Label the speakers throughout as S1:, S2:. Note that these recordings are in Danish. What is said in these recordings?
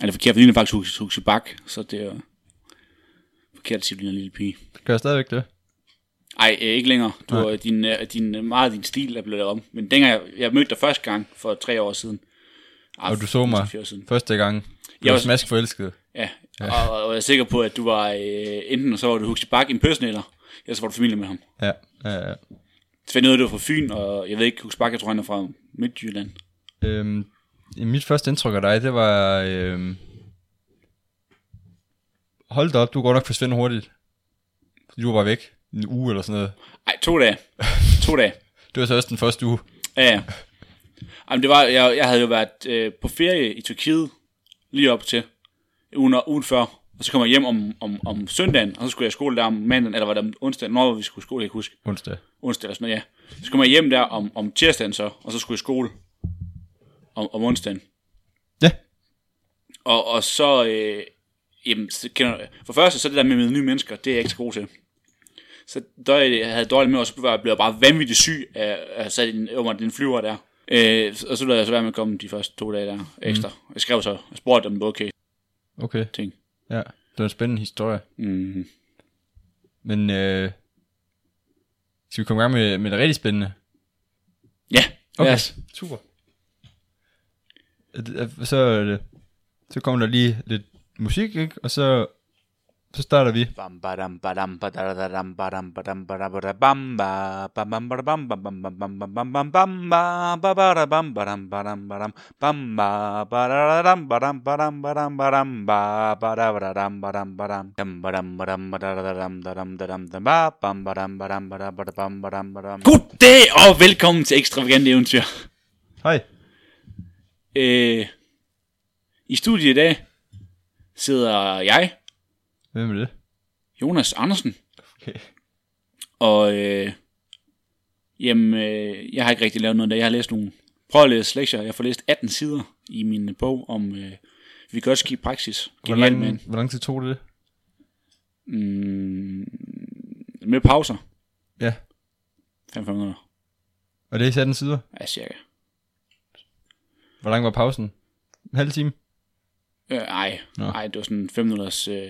S1: Ja, det er forkert, for det ligner faktisk Huxi, Huxi Bak, så det er forkert at sige, at du ligner en lille pige.
S2: Gør jeg stadigvæk det?
S1: Ej, øh, ikke længere. Du, har- din, øh, din, øh, meget af din stil er blevet lavet om. Men dengang jeg, jeg mødte dig første gang for tre år siden. Ej,
S2: Og du så mig
S1: næsten fire år siden.
S2: første gang.
S1: Jeg
S2: Jeg
S1: var-
S2: var smask forelsket.
S1: Ja, og, og, jeg er sikker på, at du var øh, enten så var du Huxi Bak impersonator, eller så var du familie med ham.
S2: Ja, ja, ja.
S1: Svend ud, du var fra Fyn, og jeg ved ikke, Huxi Bak, jeg tror, han er fra Midtjylland.
S2: Øhm, mit første indtryk af dig, det var... Øhm, hold da op, du går nok forsvinde hurtigt. Du var bare væk en uge eller sådan noget.
S1: Ej, to dage. To dage.
S2: Det var så også den første uge.
S1: Ja, ja. Jamen, det var, jeg, jeg havde jo været øh, på ferie i Tyrkiet lige op til ugen, ugen før, og så kom jeg hjem om, om, om søndagen, og så skulle jeg i skole der om mandagen, eller var det om onsdagen, når var vi skulle i skole, jeg kan ikke huske,
S2: Onsdag.
S1: onsdag eller sådan noget, ja. Så kom jeg hjem der om, om tirsdagen så, og så skulle jeg i skole om, om onsdagen.
S2: Ja,
S1: Og, og så, øh, jamen, så kender, for det første, så det der med at møde nye mennesker, det er jeg ikke så god til. Så der jeg havde jeg dårligt med, og så blev jeg blev jeg bare vanvittigt syg af, af sat den, under den flyver der. Øh, og så lod jeg så være med at komme de første to dage der ekstra. Mm. Jeg skrev så, jeg spurgte dem, det var okay
S2: okay.
S1: ting.
S2: Ja, det var en spændende historie.
S1: Mm.
S2: Men øh, skal vi komme i gang med, med det rigtig spændende?
S1: Ja, okay. yes.
S2: super. Øh, det er- Så, er det- så kommer der lige lidt musik, ikke? Og så, så starter vi.
S3: Bam badam badam badadadam badam badam badabadabam ba bam bam badabam bam bam bam bam bam bam bam bam ba ba badabam badam badam badam bam ba badadadam badam badam badam badam ba badabadadam badam badam dam badam badam badadadam dadam dadam dam ba bam badam badam badabadabam badam badam
S1: God dag, og velkommen til Ekstravagante Eventyr.
S2: Hej.
S1: Øh, I studiet i dag sidder jeg,
S2: Hvem er det?
S1: Jonas Andersen,
S2: Okay.
S1: Og øh, jamen, øh, jeg har ikke rigtig lavet noget, da jeg har læst nogle. Prøv at læse lektier. Jeg får læst 18 sider i min bog om øh, Vygotsky praksis.
S2: Hvor
S1: Genial mand.
S2: lang, hvor lang tid tog det?
S1: Mm, med pauser.
S2: Ja,
S1: 5 minutter.
S2: og det er i 18 sider.
S1: Ja, cirka.
S2: Hvor lang var pausen? En halv time?
S1: Øh, ej,
S2: Nå.
S1: ej, det var sådan 5 minutters... Øh.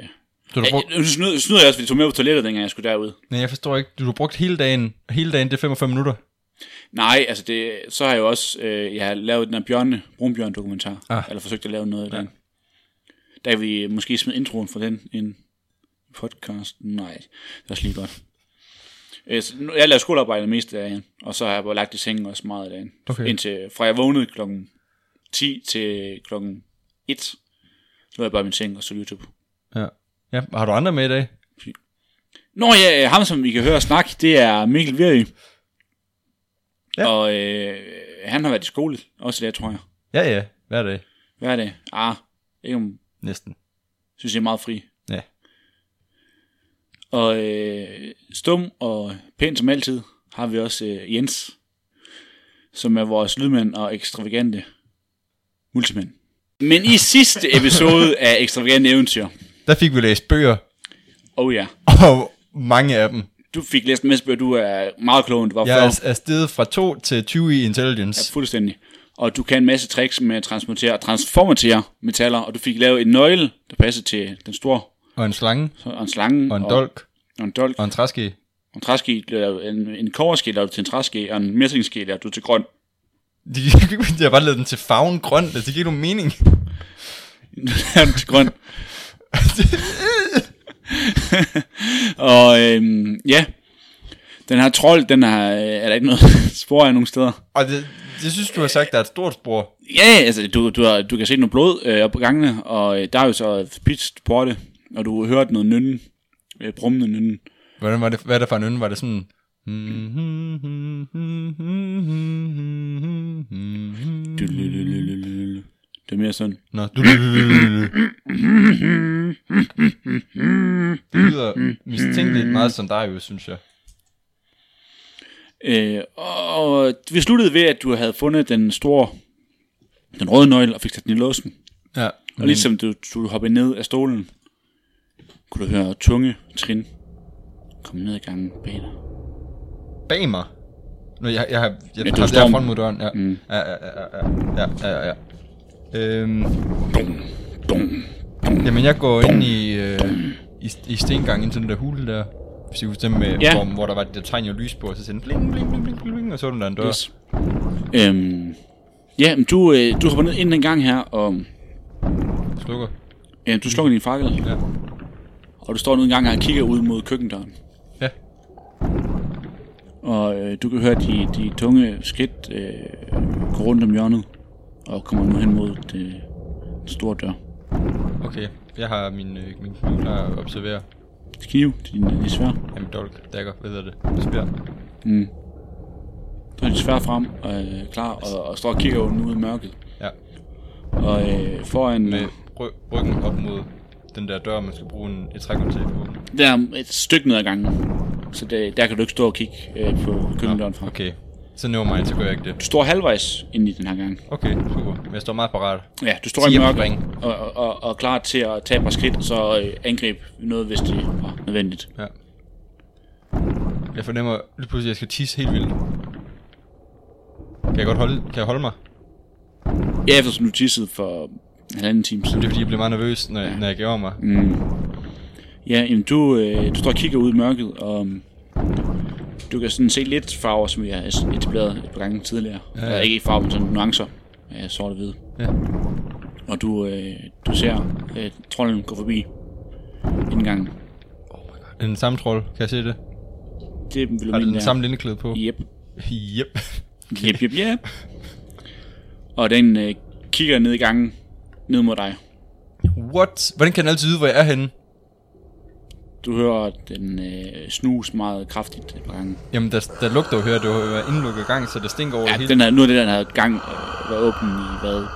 S2: Du har brugt...
S1: Æ, nu snyder, snyder jeg også, fordi jeg tog med på toilettet, dengang jeg skulle derud.
S2: Nej, jeg forstår ikke. Du har brugt hele dagen. Hele dagen, det er 45 minutter.
S1: Nej, altså det, så har jeg jo også, øh, jeg har lavet den her bjørne, brunbjørn dokumentar, ah.
S2: Ah.
S1: eller forsøgt at lave noget af den. Der kan vi måske smide introen for den ind i podcast. Nej, det er også lige godt. Øh, så nu- Jeg lavede skolearbejde mest af dagen, og så har jeg bare lagt i sengen også meget af dagen.
S2: Okay.
S1: Indtil, fra jeg vågnede klokken 10 til klokken 1, så lå jeg bare i min seng og så YouTube.
S2: Ja. ja. og Har du andre med i dag?
S1: Nå ja, øh, ham som vi kan høre snakke, det er Mikkel Virø. Ja.
S2: Ja.
S1: Og øh, han har været i skole også i dag, tror jeg.
S2: Ja, ja. Hver dag.
S1: Hvad er det? Ah, ikke om,
S2: Næsten.
S1: synes jeg er meget fri.
S2: Ja.
S1: Og øh, stum og pæn som altid har vi også øh, Jens, som er vores lydmand og ekstravagante multimand. Men i sidste episode af Ekstravagante Eventyr,
S2: Der fik vi læst bøger,
S1: oh ja,
S2: og mange af dem.
S1: du fik læst en masse bøger, du er meget klogere end du var
S2: Jeg
S1: før.
S2: er, er steget fra 2 til 20 i intelligence.
S1: Fuldstændig. Og du kan en masse tricks med at transportere og transformatere metaller, og du fik lavet en nøgle, der passer til den store,
S2: Og en slange,
S1: og en slange,
S2: og en dolk,
S1: og en dolk,
S2: og en træske.
S1: Og en træske, blev lavet- en, en koverske lavede du til en træske, og en messingske lavede du til grøn.
S2: De, de har bare lavet den til farven grøn. Det giver ikke nogen mening.
S1: Lavede du til grøn. og øhm, ja, den her trold, den har, øh, er der ikke noget spor af nogen steder.
S2: Og det, det synes du har sagt, der er et stort spor.
S1: Ja, altså du, du, har, du kan se noget blod øh, op på gangene, og øh, der er jo så pitst på det, og du har hørt noget nynne, øh, brummende nynne.
S2: Hvordan var det, hvad er der for en ønske? Var det sådan... Nå,
S1: Det er mere sådan.
S2: du... Det lyder mistænkeligt meget som dig, jo, synes jeg.
S1: Øh, og vi sluttede ved, at du havde fundet den store, den røde nøgle, og fik sat den i låsen.
S2: Ja.
S1: Og ligesom du, du hoppede ned af stolen, kunne du høre tunge trin komme ned ad gangen bag dig.
S2: Bag mig. Nå, jeg, jeg, har- jeg,
S1: du
S2: jeg, jeg, jeg
S1: står- Mm.
S2: er front mod døren, ja. Ja, ja, ja, ja, ja, ja, ja, ja. Øhm,
S1: Dum, dum,
S2: Jamen, jeg går ind i, øh, i, i stengangen, ind til den der hule der. Hvis I husker den med,
S1: Ja.
S2: ja. hvor, hvor, der var det der tegn og lys på, og så sendte bling, bling, bling, bling, bling, og så var den der en dør. Yes.
S1: Yes. Øhm, ja, men du, øh, du hopper ned ind den gang her, og
S2: Slukker.
S1: øh, du slukker din fakkel,
S2: Ja.
S1: og du står nu en gang her og kigger ud mod køkkendøren.
S2: Ja.
S1: Og øh, du kan høre de, de tunge skridt øh, gå rundt om hjørnet, og kommer nu hen mod det, den store dør.
S2: Okay. Jeg har min, øh, min kniv klar at observere.
S1: Kniv, din, din svær.
S2: Ja, min dolk, dagger, hvad hedder det? Spjær.
S1: Du har din svær frem, øh, klar, og, og står og kigger jo nu ud i mørket.
S2: Ja.
S1: Og øh, foran...
S2: Med ry- ryggen op mod den der dør, man skal bruge en, et trækkontag på.
S1: Der er et stykke ned ad gangen, så det, der kan du ikke stå og kigge øh, på køkkendøren fra.
S2: Okay. Så nu mig, så gør jeg ikke
S1: Du
S2: det.
S1: står halvvejs ind i den her gang.
S2: Okay, super. Men jeg står meget parat.
S1: Ja, du står i
S2: Ti er på
S1: mørke
S2: spring.
S1: og, og, og, og klar til at tage et par skridt, og så øh, angribe noget, hvis det var nødvendigt.
S2: Ja. Jeg fornemmer lige pludselig, at jeg skal tisse helt vildt. Kan jeg godt holde, kan jeg holde mig?
S1: Ja, eftersom du tissede for halvanden time
S2: Det
S1: siden.
S2: er fordi, jeg bliver meget nervøs, når, ja. når jeg gør mig.
S1: Mm. Ja, jamen du, øh, du står og kigger ud i mørket, og øhm, du kan sådan se lidt farver, som vi har es- etableret et par gange tidligere. Ja, ja. Ikke farver, men sådan nuancer af sort og hvide.
S2: Ja.
S1: Og du, øh, du ser øh, trolden gå forbi indgangen.
S2: Er det den samme trold? Kan jeg se det?
S1: Det vil du
S2: Har det
S1: mene,
S2: den samme lindeklæde på?
S1: Yep.
S2: Yep.
S1: Yep, yep, yep. og den øh, kigger ned i gangen, ned mod dig.
S2: What? Hvordan kan den altid vide, hvor jeg er henne?
S1: Du hører at den øh, snus meget kraftigt et par gange.
S2: Jamen, der, der lugter jo her. Det var jo indlukket gang, så der stinker over
S1: Ja,
S2: det hele.
S1: den her, nu er det den her gang øh, været åben i hvad? Et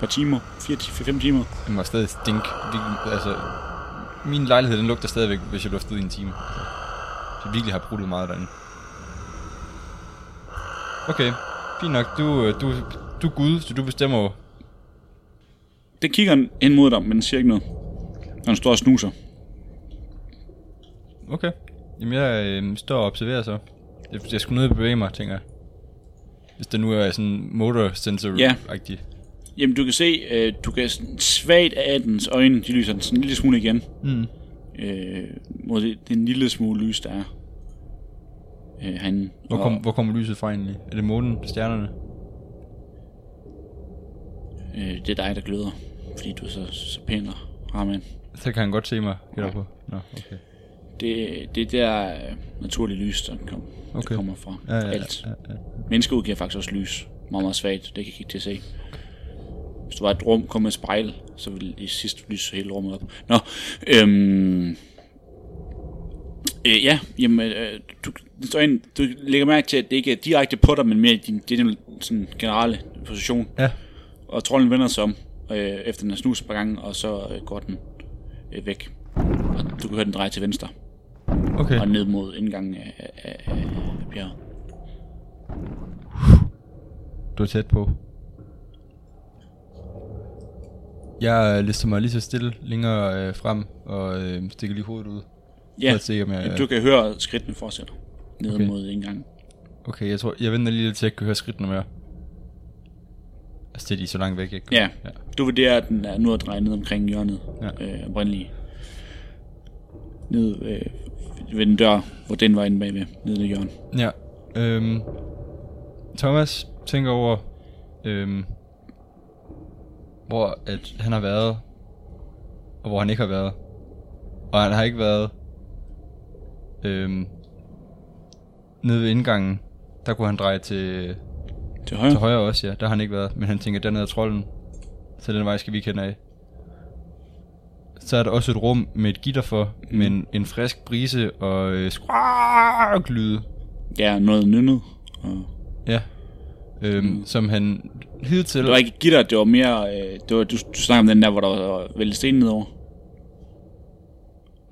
S1: par timer? 4-5 timer?
S2: Den var stadig stink. Det, altså, min lejlighed, den lugter stadigvæk, hvis jeg luftede i en time. Altså, det virkelig har brugt meget derinde. Okay, fint nok. Du, øh, du, du er gud, så du bestemmer jo.
S1: Det kigger den ind mod dig, men den siger ikke noget. Og den står og snuser.
S2: Okay. Jamen, jeg øh, står og observerer så. Jeg, jeg skulle ned og bevæge mig, tænker jeg. Hvis det nu er sådan motor sensor
S1: Ja.
S2: agtig
S1: Jamen, du kan se, øh, du kan sådan svagt af dens øjne, de lyser sådan en lille smule igen.
S2: Mm.
S1: Øh, mod det, den lille smule lys, der er. Øh, han,
S2: Hvor, kom, hvor kommer lyset fra egentlig? Er det månen? Stjernerne?
S1: øh, det er dig, der gløder. Fordi du er så, så pæn og rar mand.
S2: Så kan han godt se mig. Gætter på. Nå, okay.
S1: Det, det er der øh, naturlige lys, der, kom, okay. der
S2: Okay.
S1: kommer fra.
S2: Ja, ja, ja,
S1: Alt.
S2: ja, ja.
S1: Mennesker udgiver faktisk også lys. Meget, meget svagt. Det kan jeg ikke til at se. Hvis du var i et rum, kom med et spejl, så ville det sidste lyse hele rummet op. Nå, øhm, øh, ja, jamen, øh, du, det står ind, du lægger mærke til, at det ikke er direkte på dig, men mere i din, det er din sådan, generelle position.
S2: Ja.
S1: Og trolden vender sig om, øh, efter den har snuset et par gange, og så øh, går den øh, væk. Og du kan høre den dreje til venstre,
S2: Okay.
S1: og ned mod indgangen af, af, af, af bjerget.
S2: Du er tæt på. Jeg øh, lister mig lige så stille længere øh, frem og øh, stikker lige hovedet ud.
S1: Ja,
S2: For at se, om jeg-
S1: du kan høre skridtene fortsætter ned okay.
S2: Okay.
S1: mod indgangen.
S2: Okay, jeg tror, jeg venter lige lidt til, at jeg kan høre skridtene mere. Altså, det er de så langt væk, ikke?
S1: Ja.
S2: ja.
S1: Du vurderer, at den er nu at dreje ned omkring hjørnet ja.
S2: Ja.
S1: øh, oprindelige. Ned øh, ved den dør, hvor den var inde bagved, nede i hjørnet.
S2: ja. Øhm, Thomas tænker over, øhm, hvor at han har været, og hvor han ikke har været. Og han har ikke været øhm, nede ved indgangen. Der kunne han dreje til,
S1: Til højre.
S2: Til højre også, ja. Der har han ikke været. Men han tænker, dernede er trolden. Så den vej skal vi ikke hen af. Så er der også et rum med et gitter for, mm. med en, en frisk brise og øh, skræklyde.
S1: Ja, noget nynnet. Og
S2: Ja. Øhm, mm. Som han hidtil...
S1: det var ikke gitter, det var mere... Øh, det var, du, du snakker om den der, hvor der var væltet sten nedover.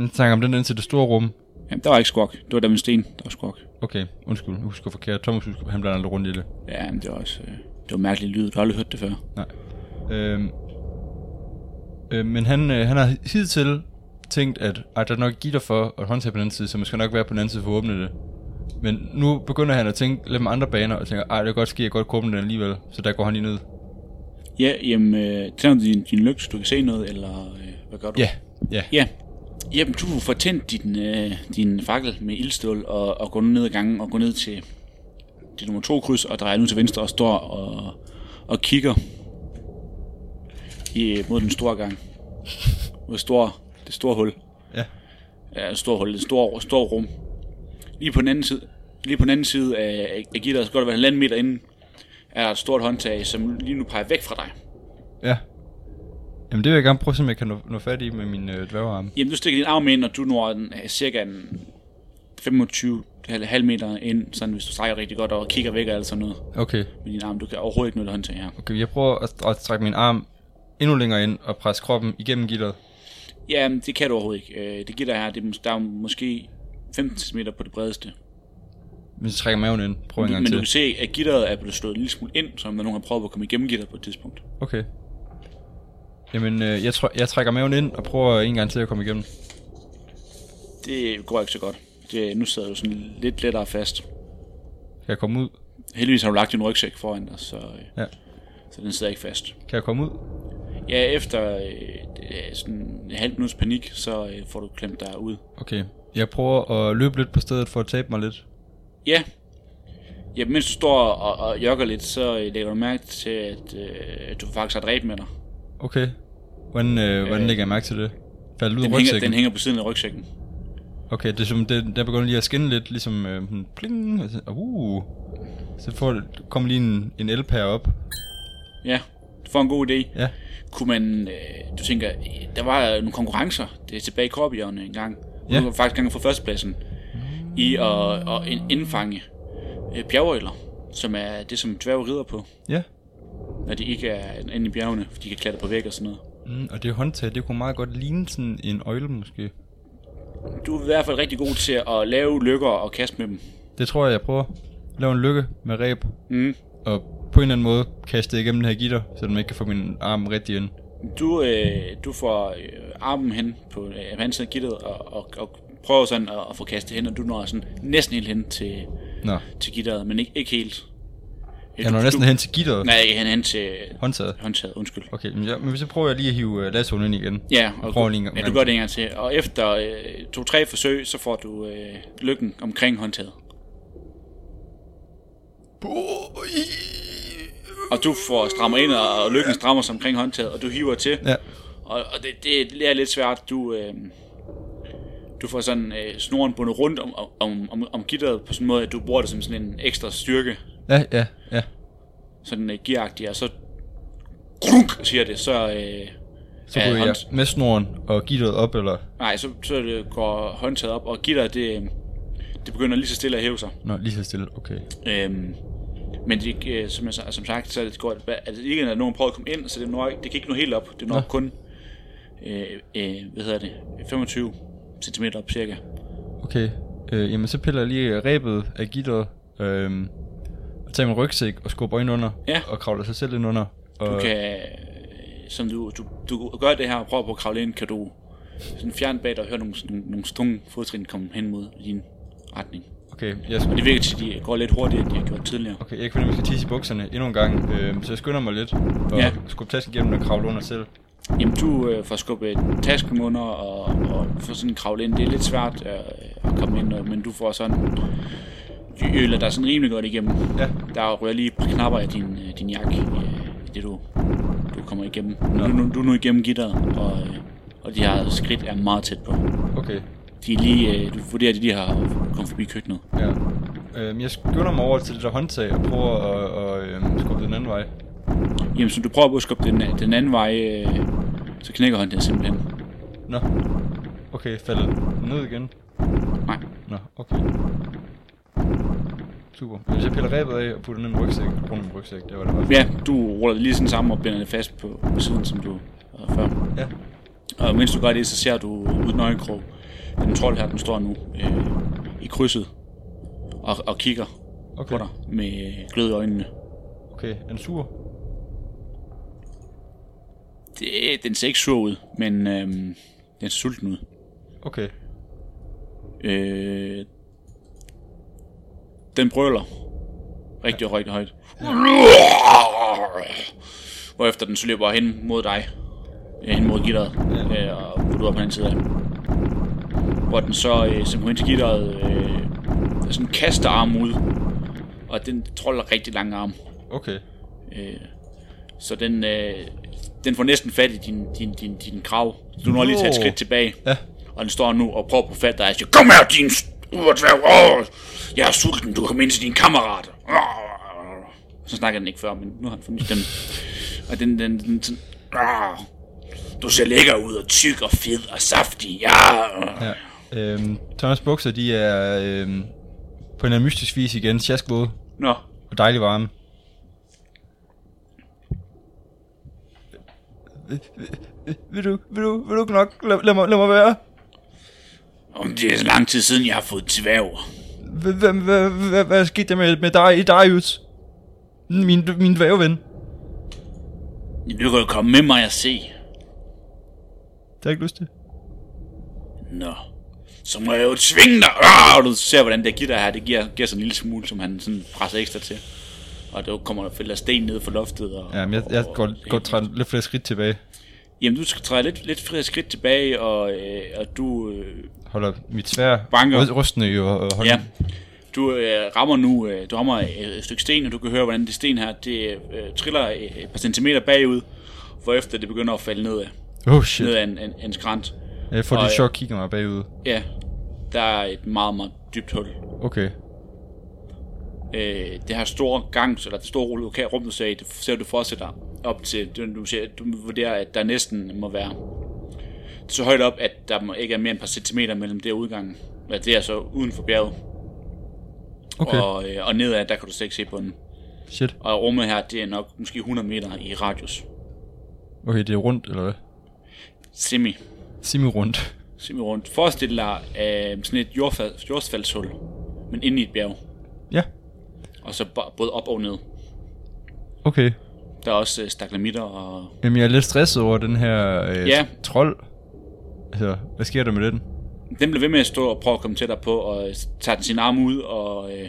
S2: Han snakker om den ind til det store rum.
S1: Jamen, der var ikke skok. Det var der med sten, der var skok.
S2: Okay, undskyld. Jeg husker forkert. Thomas husker, han blander lidt rundt i det.
S1: Ja, men det var også... Øh, det var mærkeligt lyd. Du har aldrig hørt det før.
S2: Nej. Øhm, øh, men han, øh, han har hidtil tænkt, at ej, der er nok et gitter for og et håndtag på den anden side, så man skal nok være på den anden side for at åbne det. Men nu begynder han at tænke lidt med andre baner, og tænker, ej, det kan godt ske, at jeg godt kunne åbne den alligevel. Så der går han lige ned.
S1: Ja, jamen, øh, tænder du din, din lygt, så du kan se noget, eller øh, Hvad gør du?
S2: Ja, ja.
S1: Ja. Jamen, du får tændt din, øh, din fakkel med ildstål og, og går nu ned ad gangen og går ned til det nummer to kryds og drejer nu til venstre og står og, og kigger i, mod den store gang. Mod det store, det store hul.
S2: Ja.
S1: Ja, det store hul, det store, store rum. Lige på den anden side, lige på den anden side af, af gitteret, så går der være halvanden meter inden, er der et stort håndtag, som lige nu peger væk fra dig.
S2: ja. Jamen det vil jeg gerne prøve, om jeg kan nå, nå fat i med min øh, dværgearm.
S1: Jamen, du stikker din arm ind, og du når den, øh, cirka en 25 halv, halv meter ind, sådan hvis du strækker rigtig godt og kigger væk og alt sådan noget
S2: Okay,
S1: med din arm. Du kan overhovedet ikke nå det håndtag her.
S2: okay, jeg prøver at, at strække min arm endnu længere ind og presse kroppen igennem gitteret.
S1: Ja, men det kan du overhovedet ikke. Øh, det gitter her, det er, mås- der er jo måske 15 cm på det bredeste.
S2: Men så trækker maven ind. Prøv en
S1: Men
S2: gang
S1: du kan
S2: til.
S1: se, at gitteret er blevet slået en lille smule ind, som om der er nogen der har prøvet at komme igennem gitteret på et tidspunkt.
S2: Okay. Jamen, øh, jeg, tr- jeg trækker maven ind og prøver en gang til at komme igennem.
S1: Det går ikke så godt. Det, nu sidder du sådan lidt lettere fast.
S2: Kan jeg komme ud?
S1: Heldigvis har du lagt din rygsæk foran dig, så, øh,
S2: Ja.
S1: så den sidder ikke fast.
S2: Kan jeg komme ud?
S1: Ja, efter øh, det er sådan en halv minuts panik, så øh, får du klemt dig ud.
S2: Okay. Jeg prøver at løbe lidt på stedet for at tabe mig lidt.
S1: Ja. Ja, mens du står og, og jokker lidt, så øh, lægger du mærke til, at øh, du faktisk har dræbt med dig.
S2: Okay. Hvordan, øh, hvordan lægger jeg mærke til det? Faldt ud af
S1: Den hænger,
S2: rygsækken?
S1: den hænger på siden af rygsækken.
S2: Okay, det er som, den, den begynder lige at skinne lidt, ligesom øh, sådan pling, og så, uh, så får, kommer lige en, en elpære op.
S1: Ja, du får en god idé.
S2: Ja,
S1: Kunne man, øh, du tænker, øh, der var nogle konkurrencer det er tilbage i Korbjørn en gang. Ja.
S2: Ja.
S1: Du var faktisk gang for førstepladsen i at, at ind- indfange øh, bjergøjler, som er det, som dværge rider på,
S2: ja.
S1: når de ikke er inde i bjergene, for de kan klatre på væg og sådan noget.
S2: Mm, og det håndtag, det kunne meget godt ligne sådan en øjle måske.
S1: Du er i hvert fald rigtig god til at lave lykker og kaste med dem.
S2: Det tror jeg, jeg prøver. Lave en lykke med ræb,
S1: Mm.
S2: og på en eller anden måde kaste det igennem den her gitter, så den ikke kan få min arm rigtig ind.
S1: Du, øh, du får øh, armen hen på øh, på anden side af gittet og, og, og prøver sådan at, at få kastet hen, og du når sådan næsten helt hen til,
S2: Nå,
S1: til gitteret, men ikke, ikke helt. Øh,
S2: jeg når
S1: du-
S2: næsten
S1: du,
S2: hen til gitteret.
S1: Nej, ikke hen, hen til
S2: Håndtaget.
S1: håndtaget, undskyld.
S2: Okay, men, jeg, men så prøver jeg lige at hive uh, lassoen ind igen.
S1: Ja,
S2: Jeg
S1: og
S2: prøver
S1: du,
S2: lige en gang-
S1: ja, du gør det en gang til. Og efter øh, to-tre forsøg, så får du øh, lykken omkring håndtaget. Og du får strammer ind, og og lykken strammer sig omkring håndtaget, og du hiver til.
S2: Ja,
S1: Og, og det, det er lidt svært. Du, øh, du får sådan øh, snoren bundet rundt om, om, om, om gitteret på sådan en måde, at du bruger det som sådan en ekstra styrke,
S2: ja, ja, ja.
S1: sådan øh, gearagtig, og så grunk, siger det, så, øh,
S2: Så
S1: Ja,
S2: ryger jeg
S1: hånd-
S2: med snoren og gitteret op, eller...
S1: nej, så, så øh, går håndtaget op, og gitteret, det, øh, det begynder lige så stille at hæve sig.
S2: Nå, lige så stille, okay.
S1: Øhm, men det, øh, som, jeg, sa- som sagt, så er det går det ba- altså, ikke, at nogen prøver at komme ind, så det, når, ikke- det kan ikke nå helt op. Det når
S2: Nå.
S1: kun øh, øh, hvad hedder det, 25 cm op cirka.
S2: Okay, øh, jamen så piller jeg lige rebet af gitteret, øhm, og tager min rygsæk og skubber ind under,
S1: Ja.
S2: og kravler sig selv ind under. Og,
S1: Du kan, øh, som du, du, du gør det her og prøver på at kravle ind, kan du sådan fjerne bag dig og høre nogle, sådan nogle, nogle tunge fodtrin komme hen mod din retning.
S2: Okay, jeg, skal,
S1: Det virker til, at de går lidt hurtigere, end de har gjort tidligere.
S2: okay, jeg kan fornemme, at jeg skal tisse i bukserne endnu en gang, øhm, så jeg skynder mig lidt, og
S1: Ja.
S2: ja. skubber tasken igennem og kravler under selv.
S1: Jamen, du øh, får skubbet tasken under og, og får sådan kravlet ind. Det er lidt svært øh, at komme ind, øh, men du får sådan... Du øler dig sådan rimelig godt igennem.
S2: Ja,
S1: Der rører lige et par knapper af din, øh, din jakke, øh, i det du, du kommer igennem. Du, er nu- du er nu igennem gitteret, og, øh, og de her skridt er meget tæt på.
S2: okay.
S1: De er lige, øh, du vurderer, at de lige har kommet forbi køkkenet.
S2: Ja. Øhm, jeg skynder mig over til det der håndtag og prøver at, at øhm, skubbe den anden vej.
S1: Jamen, så du prøver på at skubbe den, den anden vej, øh, så knækker håndtaget simpelthen.
S2: Nå. Okay, falder den ned igen.
S1: Nej.
S2: Nå, okay. Super. Hvis jeg piller rebet af og putter den i min rygsæk, rundt om min rygsæk, det var det godt.
S1: Ja, du ruller det lige sådan sammen og binder det fast på, på siden, som du havde før.
S2: Ja.
S1: Og mens du gør det, så ser du uden øjenkrog, at den trold her, den står nu øh, i krydset og, og kigger okay. på
S2: Okay.
S1: dig med øh, glød i øjnene.
S2: Okay, er den sur?
S1: Det, den ser ikke sur ud, men øh, den ser sulten ud.
S2: Okay.
S1: Øh, den brøler rigtig, ja. rigtig højt. Hvorefter den så løber hen mod dig øh, ind mod gitteret, øh, og putte ud på den anden side af. Hvor den så, øh, som hun til gitteret, øh, sådan kaster armen ud, og den troller rigtig lang arm.
S2: Okay.
S1: Øh, så den, øh, den får næsten fat i din, din, din, din krav. Du når lige at tage et
S2: Nå.
S1: skridt tilbage.
S2: Ja.
S1: Og den står nu og prøver på fat dig og siger, kom her, din uretfærd. Åh, jeg er sulten, du kommer ind til dine kammerater. Åh. Så snakker den ikke før, men nu har han fundet stemmen. Og den, den, den sådan, Åh, du ser lækker ud og tyk og fed og saftig. Ja.
S2: ja. Øhm, Thomas bukser, de er øhm, på en eller anden mystisk vis igen sjaskvåde
S1: Nå,
S2: og dejlig varme. Øh, øh, øh, Vil du, vil du, vil du ikke nok? Lad, lad, mig, lad mig være.
S1: om det er så lang tid siden, jeg har fået tværv.
S2: Hvad, hvad, hvad, hvad, hvad skete der med, med dig, Darius? Min, min dværgeven.
S1: Du kan jo komme med mig og se.
S2: Det har jeg ikke lyst til.
S1: Nå. Så må jeg jo tvinge dig. Arh, og du ser, hvordan det gitter her. Det giver, giver sådan en lille smule, som han sådan presser ekstra til. Og der kommer der fælder sten ned fra loftet. Og,
S2: Ja, men jeg, jeg
S1: og-
S2: går, går træt, lidt flere skridt tilbage.
S1: Jamen, du skal træde lidt, lidt flere skridt tilbage, og, øh, og du, øh,
S2: Holder mit svær
S1: Banker.
S2: rust- rustende i og, og hånden.
S1: ja, du øh, rammer nu øh, du rammer øh, et stykke sten, og du kan høre, hvordan det sten her det, øh, triller øh, et par centimeter bagud, hvorefter det begynder at falde ned af,
S2: Oh shit.
S1: ned af en, en, en skrant.
S2: Jeg får
S1: Og,
S2: lidt
S1: øh,
S2: chok, kigger mig bagud.
S1: Ja, der er et meget, meget dybt hul.
S2: Okay.
S1: øh, det her store gang, eller det store lokale rum, du ser, i, det ser du fortsætter op til, du, du, ser, du vurderer, at der næsten må være så højt op, at der må ikke er mere end et par centimeter mellem det og udgangen. Ja, det er så uden for bjerget.
S2: Okay.
S1: Og, øh, og nedad, der kan du slet ikke se bunden.
S2: Shit.
S1: Og rummet her, det er nok måske 100 meter i radius.
S2: Okay, det er rundt, eller hvad?
S1: Semi.
S2: Semi-rundt.
S1: Semi rundt. Forestil dig øh, sådan et jordfald, jordfaldshul, men inde i et bjerg.
S2: Ja.
S1: Og så bo- både op og ned.
S2: Okay.
S1: Der er også øh, staklamitter og
S2: Jamen, jeg er lidt stresset over den her øh,
S1: Ja.
S2: trold. Altså, hvad sker der med den?
S1: Den bliver ved med at stå og prøve at komme tættere på, og øh, tager den sin arm ud og, øh,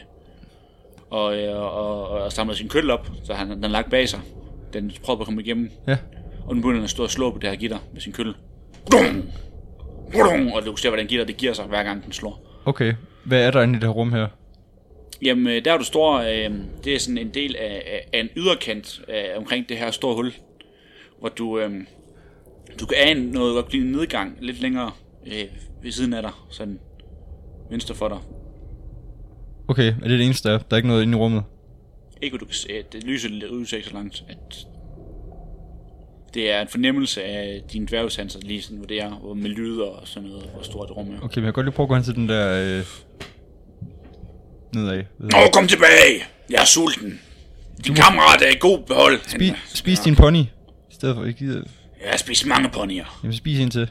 S1: og, øh, og, og, og samler sin køttel op, så han, den er lagt bag sig. Den prøver på at komme igennem,
S2: Ja.
S1: og nu begynder den at stå og slå på det her gitter med sin køttel. Dum! Dum! Og du kan se, hvordan gitter det giver sig, hver gang den slår.
S2: Okay. Hvad er der inde i det her rum her?
S1: Jamen, øh, der hvor du står, øh, det er sådan en del af, af, af en yderkant øh, omkring det her store hul, hvor du, øh, du kan ane noget, der bliver en nedgang lidt længere øh, ved siden af dig, sådan venstre for dig,
S2: Okay, er det det eneste, der er? Der er ikke noget inde i rummet?
S1: ikke hvad du kan se, at det lyset lyser ikke så langt, at det er en fornemmelse af dine dværgesanser, lige sådan, hvor det er, hvor med lyd og sådan noget, hvor stort rummet er.
S2: Okay, men jeg kan godt lige prøve at gå hen til den der... Øh, nedad.
S1: Nå, kom tilbage! Jeg er sulten! Din kammerat er i god behold. Han-
S2: Spi, spis din pony. I stedet for, jeg gider...
S1: Jeg har spist mange ponyer.
S2: Jamen, spis en til.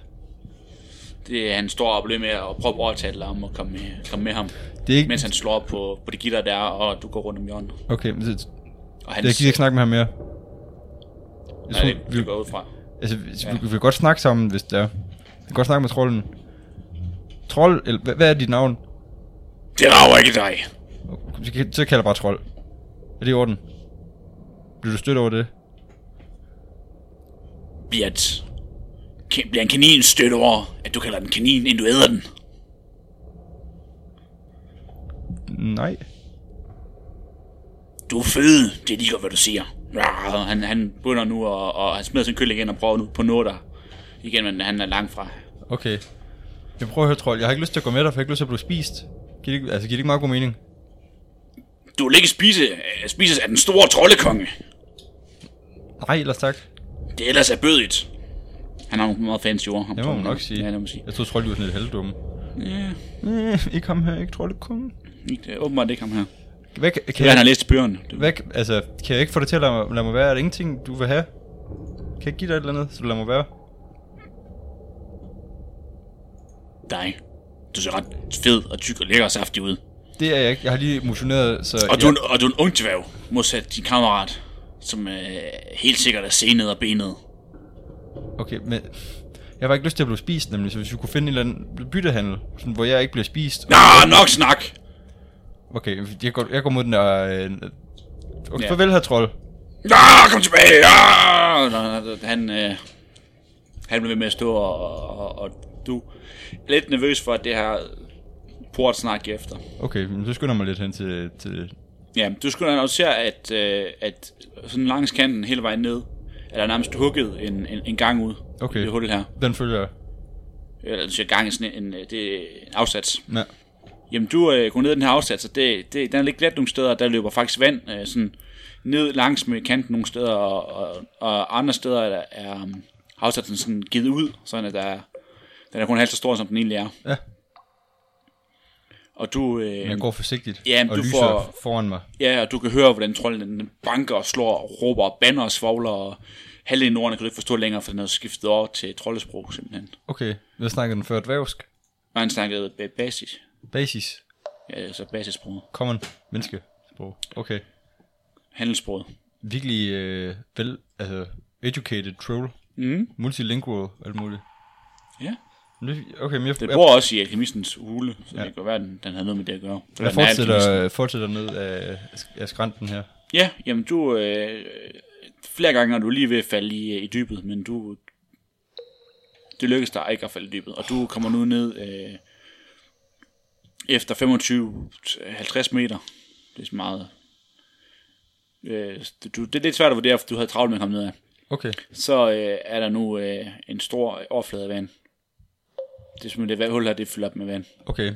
S1: Det er han står og bliver med at prøve at overtale dig om at komme med, komme med ham,
S2: Det er ikke...
S1: mens han slår op på, på det gitter der, og du går rundt om hjørnet.
S2: Okay, men det,
S1: Og han
S2: jeg gider ikke snakke med ham mere. Jeg
S1: Nej,
S2: tror,
S1: det,
S2: vi,
S1: det går ud fra.
S2: altså, vi, vi, vi kan godt snakke sammen, hvis det er. Vi kan godt snakke med trolden. Trold, eller hvad, hvad er dit navn?
S1: Det rager ikke dig.
S2: Så kan- Så kalder jeg bare trold. Er det i orden? Bliver du stødt over det?
S1: Bliver, et, kan- bliver en kanin stødt over, at du kalder den kanin, inden du æder den.
S2: Nej.
S1: Du er fede, det er lige godt, hvad du siger. Ja, og han, han begynder nu, og, og han smider sin køl igen og prøver nu på noget der. Igen, men han er langt fra.
S2: Okay. Jeg prøver at høre, trold. Jeg har ikke lyst til at gå med dig, for jeg har ikke lyst til at blive spist. Giver det, ikke- altså, giver det ikke meget god mening?
S1: Du vil ikke spise, øh, spises af den store troldekonge.
S2: Nej, ellers tak.
S1: Det er ellers er bødigt. Han har nogle meget fancy ord. ham
S2: Det må
S1: troldekongen.
S2: man nok sige.
S1: Ja, det må man sige.
S2: Jeg tror trold, du var sådan lidt halvdumme.
S1: Ja,
S2: Øh, ikke ham her, ikke troldekongen.
S1: ikke, det er åbenbart ikke ham her.
S2: Hvad, kan,
S1: Det
S2: kan,
S1: er, han har
S2: jeg,
S1: læst i bøgerne. Det-
S2: hvad, altså, kan jeg ikke få det til at lade mig, lade mig være? Er det ingenting, du vil have? Kan jeg ikke give dig et eller andet, så du lader mig være?
S1: Dig. Du ser ret fed og tyk og lækker og saftig ud.
S2: Det er jeg ikke. Jeg har lige motioneret, så...
S1: Og,
S2: jeg,
S1: du, er en- og du er en ung dværg, modsat din kammerat, som øh, helt sikkert er senet og benet.
S2: Okay, men... Jeg har ikke lyst til at blive spist, nemlig, så hvis vi kunne finde en eller anden byttehandel, sådan, hvor jeg ikke bliver spist...
S1: Nå, nok snak!
S2: Okay, jeg går, jeg går mod den der... Øh, okay,
S1: Ja.
S2: farvel her, trold.
S1: Ja, kom tilbage! Ja! Nå, nå, nå, Han, øh, Han blev ved med at stå og, og, og, og du er lidt nervøs for, at det her port snak efter.
S2: Okay, men så skynder jeg mig lidt hen til, til
S1: Ja, du skulle også se, at, øh, at sådan langs kanten hele vejen ned, er der nærmest hugget en, en, en gang ud
S2: Okay.
S1: i det hul her.
S2: den følger jeg.
S1: Eller du siger gang er sådan en, en, øh, det er en afsats.
S2: Ja.
S1: Jamen, du øh, går ned i den her afsats, og det, det, den er lidt glat nogle steder, og der løber faktisk vand øh, sådan ned langs med kanten nogle steder, og, og, og andre steder er, er øhm, afsatsen sådan givet ud, sådan at der, er- den er kun halvt så stor, som den egentlig er.
S2: Ja.
S1: Og du,
S2: Men
S1: øh,
S2: jeg går forsigtigt
S1: Ja, men
S2: og
S1: du
S2: lyser
S1: får-
S2: foran mig.
S1: Ja, og du kan høre, hvordan trolden den banker og slår og råber og banner og svogler, og halvdelen af ordene kan du ikke forstå længere, for den er skiftet over til troldesprog, simpelthen.
S2: Okay, jeg snakkede den før dværgsk.
S1: Og han snakkede ba- basis,
S2: Basis.
S1: ja, altså basissproget,
S2: Common. Menneske. Sprog. Okay.
S1: handelssproget.
S2: Virkelig øh, vel, altså, educated troll. Mhm.
S1: Mm.
S2: Multilingual, alt muligt.
S1: Ja,
S2: Men det- Okay, men jeg,
S1: det
S2: jeg,
S1: bor også i alkemistens hule, så ja. det kan være, den, den havde noget med det at gøre. Eller
S2: jeg
S1: den er alkemisten.
S2: fortsætter, fortsætter ned af, af skrænten her.
S1: Ja, jamen du, øh, flere gange er du lige ved at falde i, i dybet, men du, det lykkes dig ikke at falde i dybet, og du kommer nu ned øh, efter 25-50 meter. Det er så meget. Øh, du, det er lidt svært at vurdere, for du havde travlt med at komme ned af.
S2: Okay,
S1: Så øh, er der nu øh, en stor overflade af vand. Det er simpelthen det vand- hul her, det fylder op med vand.
S2: okay.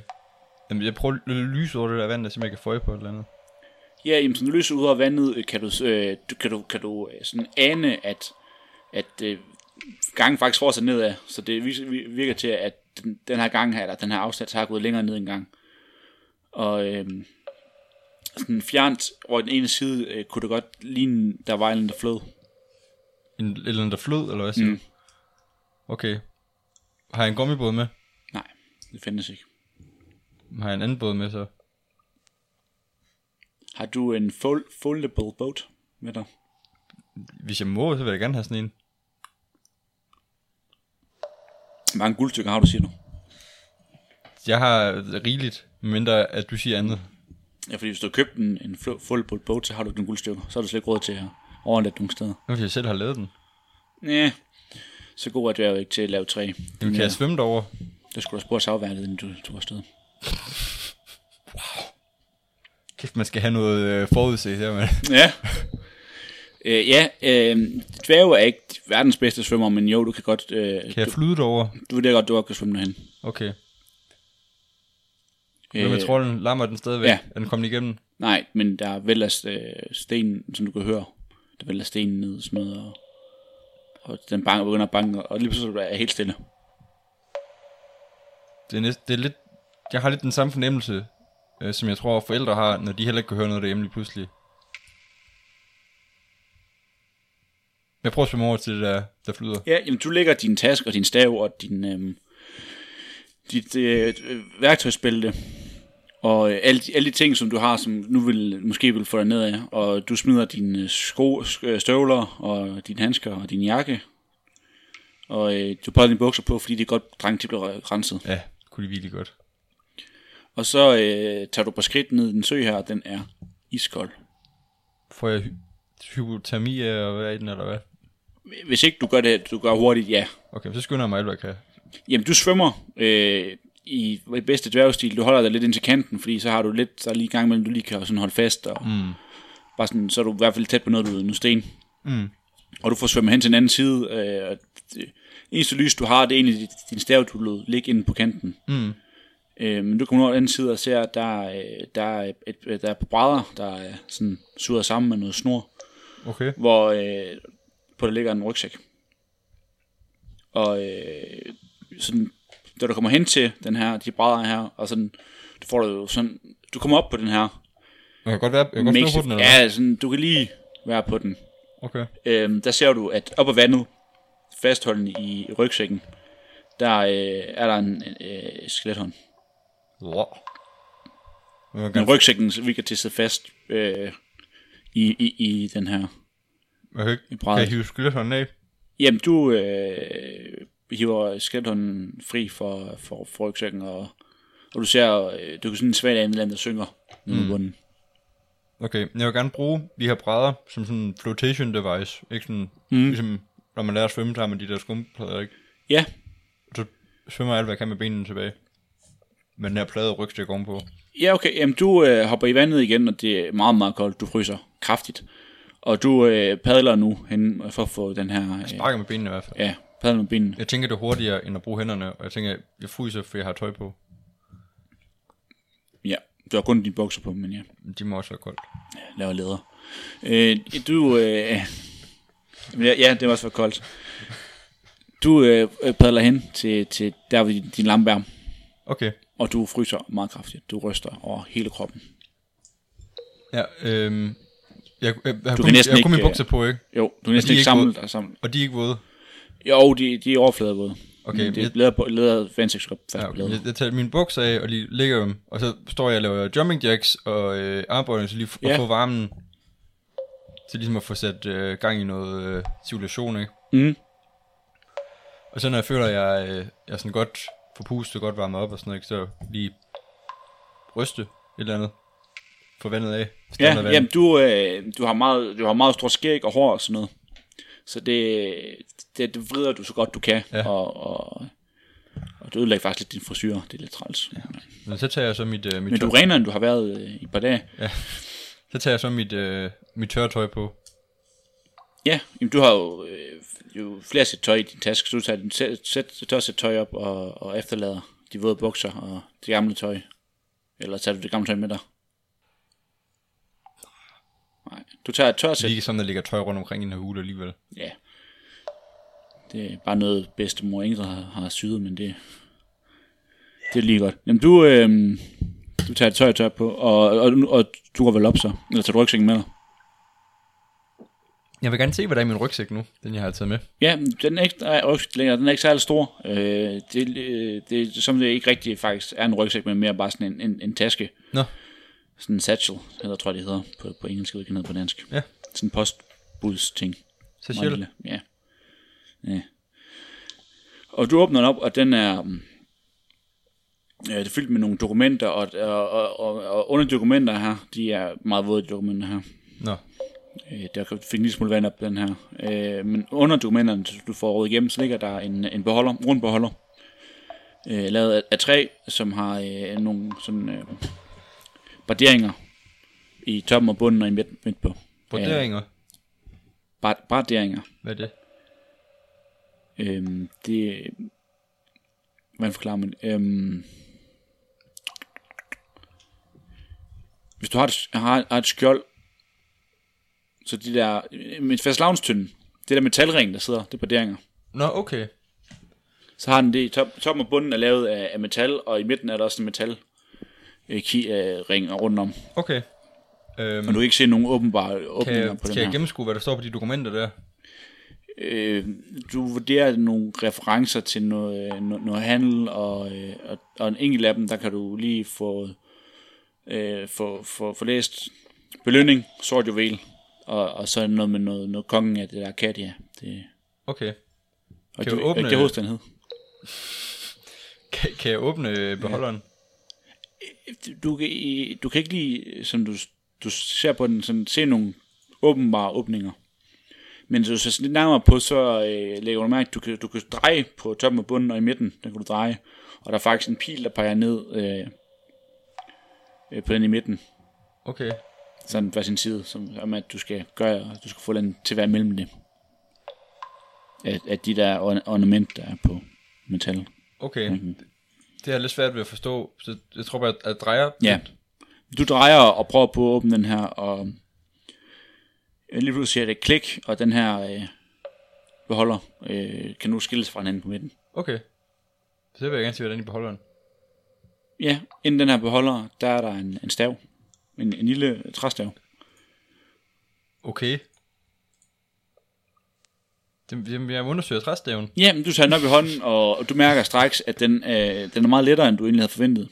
S2: Jamen, jeg prøver at lyse over det der vand, der simpelthen kan få øje på et eller andet.
S1: Ja, jamen, så når du lyser ud af vandet, øh, kan du, øh, du- kan du, kan du øh, sådan ane, at, at øh, gangen faktisk fortsætter nedad. Så det vis- vi- virker til, at den, den her gang her, eller den her afsats, har gået længere ned en gang. Og øh, sådan fjernt over den ene side, øh, kunne det godt ligne, der var en, der flød.
S2: En, et eller andet, der flød, eller hvad siger mm. Okay. Har jeg en gummibåd med?
S1: Nej, det findes ikke.
S2: Har jeg en anden båd med så?
S1: Har du en fold, foldable boat med dig?
S2: Hvis jeg må, så vil jeg gerne have sådan en.
S1: Hvor mange guldstykker har du, siger du?
S2: Jeg har rigeligt, mindre at du siger andet.
S1: Ja, fordi hvis du har købt en, en flo- foldable boat, så har du ikke nogen guldstykker. Så har du slet ikke råd til at overnatte nogen steder.
S2: Nu kan jeg selv have lavet den.
S1: Ja, så god er dværg ikke til at lave træ.
S2: Jamen, kan jeg svømme derover?
S1: Der skulle du have spurgt savværnet, inden du tog afsted.
S2: Kæft, man skal have noget øh, forudset her, mand.
S1: Ja. Øh, ja, øh, dværge er ikke verdens bedste svømmer, men jo, du kan godt, øh,
S2: Kan jeg flyde derover?
S1: du vurderer godt, du godt kan svømme derhen.
S2: Okay. Hvad
S1: Øh,
S2: med trolden? Lammer den stadigvæk?
S1: ja.
S2: Er den kommet igennem?
S1: nej, men der er vel af øh, sten, som du kan høre. Der vælger stenen ned og sådan noget, og, og den banker, begynder at banke, og lige pludselig er jeg helt stille.
S2: Det er, næst, det er lidt... Jeg har lidt den samme fornemmelse, øh, som jeg tror, forældre har, når de heller ikke kan høre noget derhjemme lige pludselig. Jeg prøver at svømme over til det der, der flyder.
S1: Ja, jamen, du lægger din task og din stav og din, øhm, dit øh, øh, værktøjsbælte og øh, alle, de- alle de ting, som du har, som nu vil, måske vil få dig ned af. Og du smider dine øh, sko, sk- øh, støvler og dine handsker og din jakke. Og øh, du prøver dine bukser på, fordi det er godt dreng til at blive renset.
S2: Ja, det kunne de virkelig godt.
S1: Og så øh, tager du på skridt ned i den sø her, og den er iskold.
S2: Får jeg hy- hypotermi af at være i den, eller hvad?
S1: Hvis ikke du gør det, du gør hurtigt, ja.
S2: Okay, så skynder jeg mig alt, hvad jeg kan.
S1: Jamen, du svømmer øh, i, i bedste dværgstil. Du holder dig lidt ind til kanten, fordi så har du lidt, så er lige i gang imellem, du lige kan sådan holde fast. Og mm. bare sådan, så er du i hvert fald tæt på noget, du ved, nu sten.
S2: Mm.
S1: Og du får svømme hen til den anden side. Øh, og det eneste lys, du har, det er egentlig dit- din stav, du lod ligge inde på kanten.
S2: Mm.
S1: Øh, men du kommer over den anden side og ser, at der, øh, der, er et, der er på brædder, der er sådan suret sammen med noget snor,
S2: Okay.
S1: hvor øh, på der ligger en rygsæk. Og øh, sådan, da du kommer hen til den her, de brædder her, og sådan, du får du jo sådan, du kommer op på den her.
S2: Jeg kan godt, være, jeg kan godt stå
S1: makeshift-
S2: på den, eller hvad?
S1: ja, sådan, du kan lige være på den.
S2: Okay.
S1: Øhm, der ser du, at op ad vandet, fastholden i rygsækken, der øh, er der en øh, skelethånd.
S2: Wow. Jeg vil
S1: Men
S2: gerne,
S1: rygsækken virker til at sidde fast øh, i, i, i den her.
S2: jeg kan, ikke, kan jeg hive skyldhånden af?
S1: Jamen, du øh, hiver skelethånden fri for, for, for rygsækken, og, og du ser, øh, du kan sådan svagt af en eller anden, der synger nede mm. bunden.
S2: Okay, jeg vil gerne bruge de her brædder som sådan en flotation device. Ikke sådan, mm. ligesom når man lærer at svømme, så har man de der skumplader, ikke?
S1: Ja,
S2: Så svømmer jeg alt, hvad jeg kan med benene tilbage. Med den her plade rygstykke ovenpå.
S1: ja okay. Jamen, du øh, hopper i vandet igen, og det er meget, meget koldt. Du fryser kraftigt. Og du øh, padler nu hen for at få den her... Øh,
S2: Bakker med benene i hvert fald.
S1: ja, padler med benene.
S2: Jeg tænker, det er hurtigere, end at bruge hænderne, og jeg tænker, jeg fryser, for jeg har tøj på.
S1: Ja, du har kun dine bukser på, men ja.
S2: Men De må også være koldt.
S1: laver leder. Øh, du, øh, men ja, ja, det var også for koldt. Du øh, øh, padler hen til, til der ved din, din lampe er,
S2: Okay.
S1: og du fryser meget kraftigt. Du ryster over hele kroppen.
S2: Ja, øhm, jeg, jeg, jeg, har
S1: kan
S2: kun, jeg
S1: næsten
S2: har
S1: ikke,
S2: kun
S1: øh,
S2: mine bukser på, ikke?
S1: Jo, du er næsten
S2: er
S1: ikke
S2: ikke
S1: samlet
S2: våde?
S1: dig sammen.
S2: Og de er ikke våde.
S1: Jo, de, de er overfladevåde.
S2: Okay,
S1: Men det er
S2: jeg-
S1: leder, på, leder vandsigtskab fast
S2: Ja,
S1: ja,
S2: okay. jeg, jeg tager mine bukser af og lige lægger dem, og så står jeg og laver jumping jacks og øh, armbøjninger, så lige f-
S1: Ja.
S2: at få varmen. Til ligesom at få sat øh, gang i noget øh, cirkulation, ikke?
S1: Mm.
S2: Og så når jeg føler, at jeg, øh, jeg er sådan godt forpustet, godt varmet op og sådan noget, ikke? så lige ryste et eller andet. Få vandet af.
S1: Ja,
S2: Standard vand.
S1: jamen, du, øh, du, har meget, du har meget stort skæg og hår og sådan noget. Så det, det, det vrider du så godt du kan, ja.
S2: Ja.
S1: og, og, og du ødelægger faktisk lidt din frisyr. Det er lidt træls. Ja.
S2: Men så tager jeg så mit, øh, mit,
S1: Men du
S2: tør,
S1: er renere, end du har været øh, i et par dage.
S2: så tager jeg så mit, øh, mit tørtøj på.
S1: Ja, jamen, du har jo, øh, jo flere sæt tøj i din taske, så du tager din sæt, sæt, tør sæt tøj op og, og efterlader de våde bukser og det gamle tøj. Eller tager du det gamle tøj med dig? Nej, du tager et tør sæt.
S2: Lige sådan, der ligger tøj rundt omkring i den her hule alligevel.
S1: Ja. Det er bare noget bedstemor Ingrid har, har syet, men det, det er lige godt. Jamen du, øh, du tager et tøj og tøj på, og, og, og du går vel op så? Eller tager du rygsækken med dig?
S2: Jeg vil gerne se, hvad der er i min rygsæk nu, den jeg har taget med.
S1: Ja, den er ikke, nej, rygsæk længere, den er ikke særlig stor. Øh, det, øh, det, er som det ikke rigtig faktisk er en rygsæk, men mere bare sådan en, en, en taske.
S2: Nå,
S1: Sådan en satchel, hedder, tror jeg det hedder på, på engelsk, jeg ved ikke noget på dansk.
S2: ja.
S1: Sådan en postbuds ting.
S2: Så
S1: Meget
S2: sjældent.
S1: lille, Ja. ja. Og du åbner den op, og den er, mm, øh, det er fyldt med nogle dokumenter, og, og, og, og, og under dokumenter her, de er meget våde de dokumenter her.
S2: Nå,
S1: Øh, der fik en lille smule vand op den her. Øh, men under dokumenterne, som du får råd igennem, så ligger der en, en beholder, rund beholder, øh, lavet af, af træ, som har øh, nogle sådan øh, barderinger i toppen og bunden og i midt, midt på.
S2: broderinger. Ja.
S1: Bar, barderinger.
S2: Hvad er det?
S1: Øhm, det... Hvordan forklarer man det? Øhm, hvis du har et, har, har et skjold, så de der... øh, Med fastlavnstynde, det der metalring, der sidder, det er barderinger.
S2: Nå, okay.
S1: Så har den det i top, toppen og bunden er lavet af, af metal, og i midten er der også en metal øh, ki, øh, ring rundt om.
S2: Okay. Øhm,
S1: Men du kan ikke se nogen åbenbare
S2: kan
S1: åbninger
S2: jeg,
S1: på den
S2: kan jeg
S1: her.
S2: gennemskue, hvad der står på de dokumenter der?
S1: øh, du vurderer nogle referencer til noget, noget, noget handel, og, øh, og, og en enkelt af dem, der kan du lige få, øh, få, få, få læst belønning, sort juvel, og, og så er det noget med noget, noget kongen af det der Arcadia. Det,
S2: Okay.
S1: og
S2: Kan
S1: det,
S2: du
S1: åbne...
S2: åbne-
S1: det hovedstaden hed.
S2: Kan, kan jeg åbne øh, beholderen?
S1: Du kan, i- du kan ikke lige, som du, du ser på den, sådan, se nogle åbenbare åbninger. Men hvis du ser lidt nærmere på, så øh, lægger du mærke, at du kan, du kan dreje på toppen og bunden og i midten. Den kan du dreje. Og der er faktisk en pil, der peger ned øh, øh, på den i midten.
S2: Okay.
S1: Sådan hver sin side, som, om at du skal gøre, og du skal få den til at være mellem det. At, at de der orna- ornament, der er på metal.
S2: Okay. Det har jeg lidt svært ved at forstå, så jeg tror bare, at jeg drejer.
S1: Ja. Du drejer og prøver på at åbne den her, og øh, lige pludselig er det et klik, og den her øh, beholder øh, kan nu skilles fra hinanden på midten.
S2: Okay. Så vil jeg gerne se, hvad der er inde i beholderen.
S1: Ja, inden den her beholder, der er der en, en stav. En, en lille træstav.
S2: Okay. Dem, dem, jeg undersøger restdaven.
S1: Ja, men du tager den op i hånden, og, og du mærker straks, at den, øh, den er meget lettere, end du egentlig havde forventet.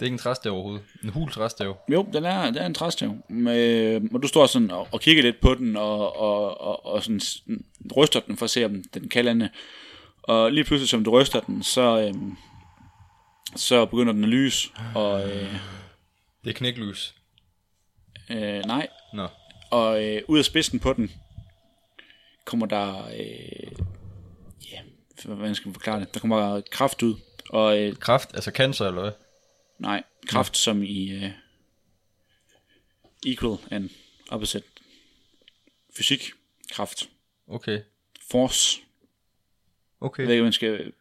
S2: Det er ikke en træstav overhovedet. En hul træstav.
S1: Jo, den er, den er en træstav. Mm, Øh, og du står sådan og, og kigger lidt på den, og, og, og, og sådan, s- ryster den for at se, om den kan lande. Og lige pludselig, som du ryster den, så, øh, så begynder den at lyse. Og øh,
S2: Det er knæklys.
S1: øh, nej,
S2: Nå.
S1: og øh, ud af spidsen på den kommer der øh, ja, hvordan skal man forklare det, der kommer kraft ud, og øh,
S2: Kraft, altså cancer eller hvad?
S1: nej, kraft som i øh, equal and opposite, fysik, kraft,
S2: Okay.
S1: force, jeg ved
S2: Okay.
S1: ikke, man skal,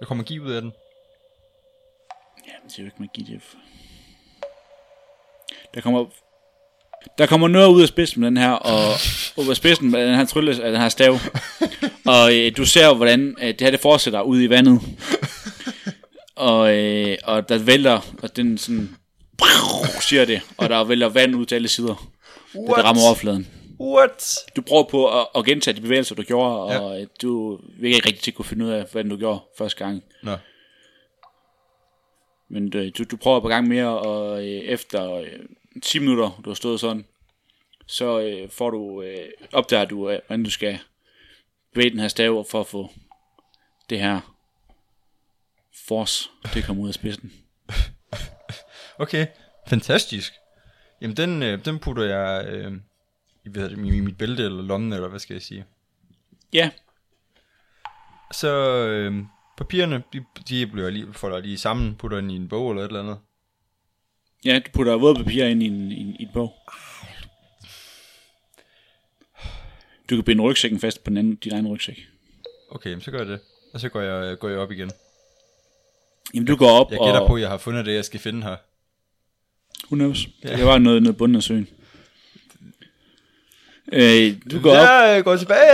S2: Der kommer gi ud af den.
S1: ja, det er jo ikke magi, det er- der kommer, der kommer noget ud af spidsen med den her, og ud af spidsen med den her trylle, af den her stav, og øh, du ser jo, hvordan øh, det her det fortsætter ud i vandet, og, øh, og der vælter, og den sådan, siger det, og der vælter vand ud til alle sider, da det rammer overfladen.
S2: What?
S1: Du prøver på at, at gentage de bevægelser, du gjorde, og ja. du virker ikke rigtig til at kunne finde ud af, hvad du gjorde første gang.
S2: Nå.
S1: Men du, du, du prøver på gang mere, og øh, efter øh, 10 minutter, du har stået sådan, så øh, får du, øh, opdager du, øh, hvordan du skal bevæge den her stav for at få det her force til at komme ud af spidsen.
S2: Okay. Fantastisk. Jamen den, øh, den putter jeg øh, i, hvad hedder det, i mit bælte eller lommen, eller hvad skal jeg sige.
S1: Ja,
S2: Så øh, papirerne, de, de bliver lige, folder jeg lige sammen, putter den i en bog eller et eller andet.
S1: ja du putter våde papir ind i en, i, en- i et bog. Du kan binde rygsækken fast på den anden, din egen rygsæk.
S2: Okay, jamen, så gør jeg det. Og så går jeg, øh, går jeg op igen.
S1: Jamen, du går op
S2: Jeg gætter
S1: og...
S2: på, at jeg har fundet det, jeg skal finde her.
S1: Who knows? Ja. Det var noget nede i bunden af søen. Øh, du går op,
S2: Jeg øh, går tilbage.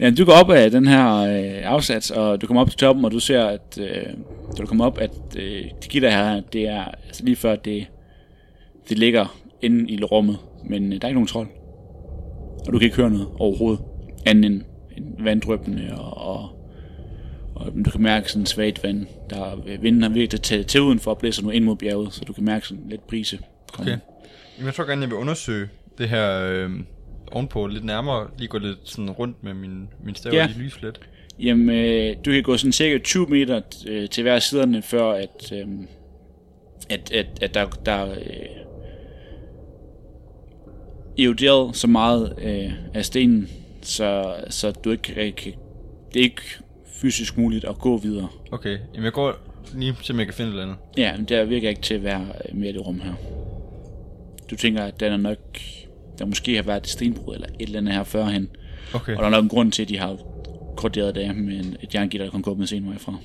S1: ja, du går op af den her øh, afsats, og du kommer op til toppen, og du ser, at øh, da du kommer op, at øh, det gitter her, det er altså lige før, det, det ligger inde i rummet, men øh, der er ikke nogen trold. Og du kan ikke høre noget overhovedet, andet end, end vanddrøbende, og, og, og du kan mærke sådan svagt vand. Der, øh, vinden har virkelig taget til udenfor og blæser nu ind mod bjerget, så du kan mærke sådan lidt brise. komme.
S2: Okay. Jamen, jeg tror gerne, jeg vil undersøge det her øh, ovenpå lidt nærmere. Lige gå lidt sådan rundt med min, min stav
S1: Ja.
S2: og lige lyse lidt.
S1: Jamen, øh, du kan gå sådan cirka 20 meter øh, til hver af siderne, før at, øh, at, at, at der, der øh, eroderet så meget øh, af stenen, så, så du ikke, øh, kan, det er ikke fysisk muligt at gå videre.
S2: Okay, jamen jeg går lige, så jeg kan finde et eller andet.
S1: Ja, men der virker ikke til at være øh, mere i det rum her. Du tænker, at den er nok, der måske har været et stenbrud eller et eller andet her førhen,
S2: Okay,
S1: og der er nok en grund til, at de har korderet det af med et jerngitter, der kun går med senere fra.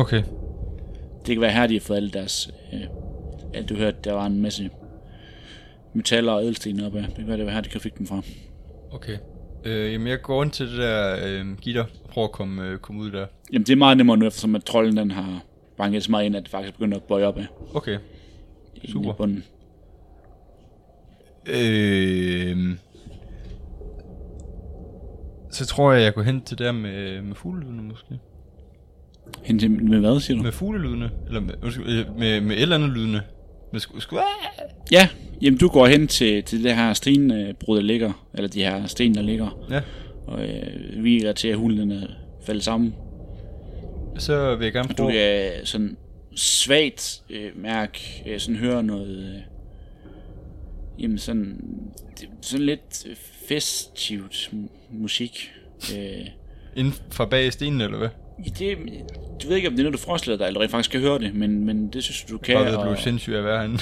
S2: okay.
S1: Det kan være her, de har fået alle deres... Øh, alt du hørte, der var en masse metaller og ædelsten op af. Det kan være, det var her, de kan fik dem fra.
S2: okay. Øh, jamen jeg går rundt til det der øh, gitter og prøver at komme, øh, komme ud der.
S1: Jamen, det er meget nemmere nu, eftersom at trolden den har banket så meget ind, at det faktisk begynder at bøje op af.
S2: Okay. Super.
S1: I bunden.
S2: Øh, så tror jeg, jeg går hen til der med, med fuglelydene måske.
S1: Hen til, med hvad, siger du?
S2: Med fuglelydene? Eller med, undskyld, øh, med, med et eller andet lydene. Med sku, sku, ah!
S1: Ja, jamen du går hen til, til det her stenbrud, der ligger, eller de her sten, der ligger,
S2: ja.
S1: og øh, hviler til, at hulen den er faldet sammen.
S2: Så vil jeg gerne
S1: Du
S2: prøve...
S1: kan øh, sådan svagt øh, mærke, øh, sådan høre noget, øh, jamen sådan, det- sådan lidt øh, festivt mu- musik. Øh,
S2: Inden fra bag stenen, eller hvad?
S1: i det, du ved ikke, om det er noget, du forestiller dig, eller rent faktisk kan høre det, men, men det synes du, du kan.
S2: Bare ved at
S1: og,
S2: blive sindssyg af at være herinde.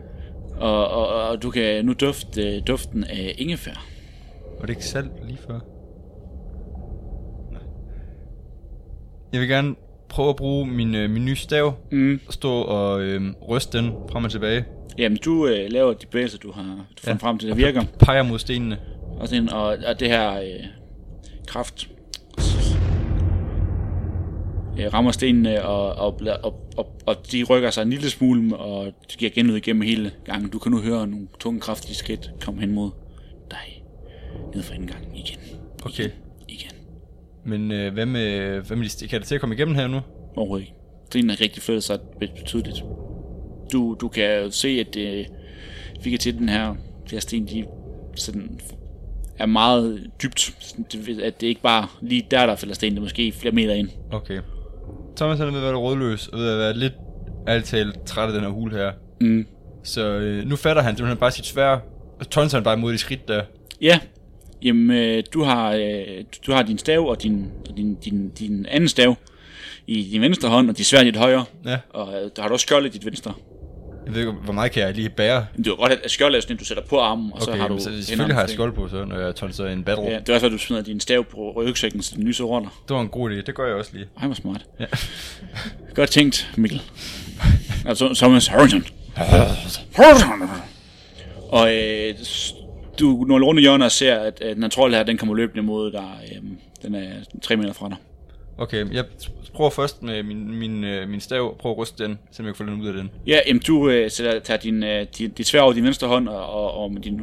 S1: og, og, og, og du kan nu dufte øh, duften af ingefær.
S2: Var det ikke salt lige før? Nå. Jeg vil gerne prøve at bruge min, øh, min nye stav.
S1: Mm.
S2: Stå og øh, ryste den frem og tilbage.
S1: Jamen, du øh, laver de bevægelser, du har du fundet ja. frem til, der virker.
S2: Peger mod stenene.
S1: Og, sådan, og, og det her øh, kraft øh, rammer stenene, og, og, bla- og, og, og de rykker sig en lille smule, og det giver genlyd igennem hele gangen. Du kan nu høre nogle tunge, kraftige skridt komme hen mod dig. Ned for indgangen igen.
S2: Okay.
S1: Igen.
S2: Men øh, hvad med, hvad med de, sten- kan det til at komme igennem her nu?
S1: Overhovedet ikke. Stenene har rigtig flyttet sig bet- betydeligt. Du, du kan se, at øh, vi kan til den her, det her sten, de sådan er meget dybt. Sådan, det- At det ikke bare lige der, der falder sten, det er måske flere meter ind.
S2: Okay. Thomas han er ved at være lidt rådløs, og ved at være lidt ærligt talt træt af den her hul her.
S1: Mm.
S2: Så øh, nu fatter han simpelthen bare sit svær Og tonser han bare mod de skridt der.
S1: Ja, jamen øh, du, har, øh, du- du har din stav og din, og din, din, din anden stav i din venstre hånd, og de svær i dit højre.
S2: Ja.
S1: Og øh, der har du også skjold i dit venstre.
S2: Jeg ved ikke, hvor meget kan jeg lige bære?
S1: Men du kan godt have at skjold er sådan, en, du sætter på armen, og så
S2: Okay,
S1: har du...
S2: så
S1: hænderne
S2: selvfølgelig har jeg
S1: fri.
S2: skjold på, så, når jeg tonser en battle.
S1: Ja, det er også, at du smider din stav på rygsækken, så den lyser rundt.
S2: Det var en god idé, det gør jeg også lige.
S1: Ej, hvor smart. Ja. Godt tænkt, Mikkel. altså, Thomas Harrington. Harrington. Og øh, s- du når rundt i hjørnet og ser, at, at den her trold her, den kommer løbende mod dig. Øh, den er tre meter fra dig.
S2: Okay, jeg prøver først med min, min, øh, min stav, prøver at ryste den, så jeg kan få den ud af den.
S1: Ja, jamen, du øh, sætter, tager din, øh, din, dit svær over din venstre hånd, og, og, og med din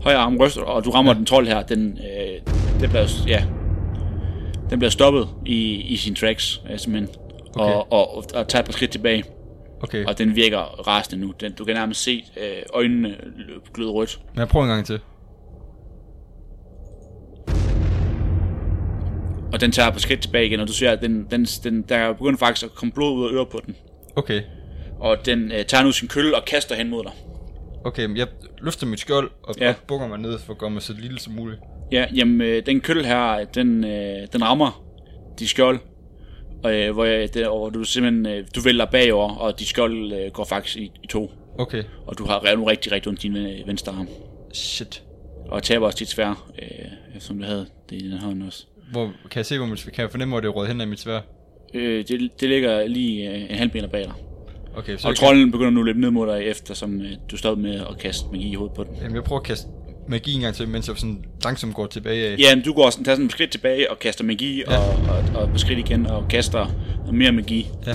S1: højre arm ryster, og du rammer ja. den trold her. Den, øh, den bliver, ja, den bliver stoppet i, i sin tracks, øh, simpelthen. Okay. Og, og, og, og tager et par skridt tilbage.
S2: Okay,
S1: Og den virker rasende nu. Den, du kan nærmest se øh, øjnene lø- gløde rødt.
S2: men jeg prøver en gang til.
S1: Og den tager på skridt tilbage igen, og du ser, at den, den, den, der er begyndt faktisk at komme blod ud af ører på den.
S2: Okay,
S1: Og den øh, tager nu sin kølle og kaster hen mod dig.
S2: okay, men jeg løfter mit skjold og,
S1: Ja.
S2: ja. og bukker mig ned for at gøre mig så lille som muligt.
S1: Ja, jamen, øh, den kølle her, øh, den, øh, den rammer de skjold. Og, øh, hvor, jeg, det, og hvor du simpelthen øh, du vælter bagover, og de skjold øh, går faktisk i, i to.
S2: Okay,
S1: Og du har revet nu rigtig, rigtig ondt i din øh, venstre arm.
S2: shit.
S1: Og taber også dit svær, øh, som du havde det i den hånd også.
S2: Hvor, kan jeg se, hvor mit, kan jeg fornemme, hvor det er røget hen af mit svær?
S1: Øh, det, det ligger lige øh, en halv meter bag dig.
S2: Okay, så
S1: Og
S2: jeg,
S1: trolden begynder nu at løbe ned mod dig, efter som øh, du stoppede med at kaste magi i hovedet på den.
S2: kan, jamen, jeg prøver at kaste magi en gang til, mens jeg sådan langsomt går tilbage af.
S1: Ja, men du går også, tager sådan et skridt tilbage og kaster magi, ja. og, og, og et skridt igen og kaster noget mere magi.
S2: Ja.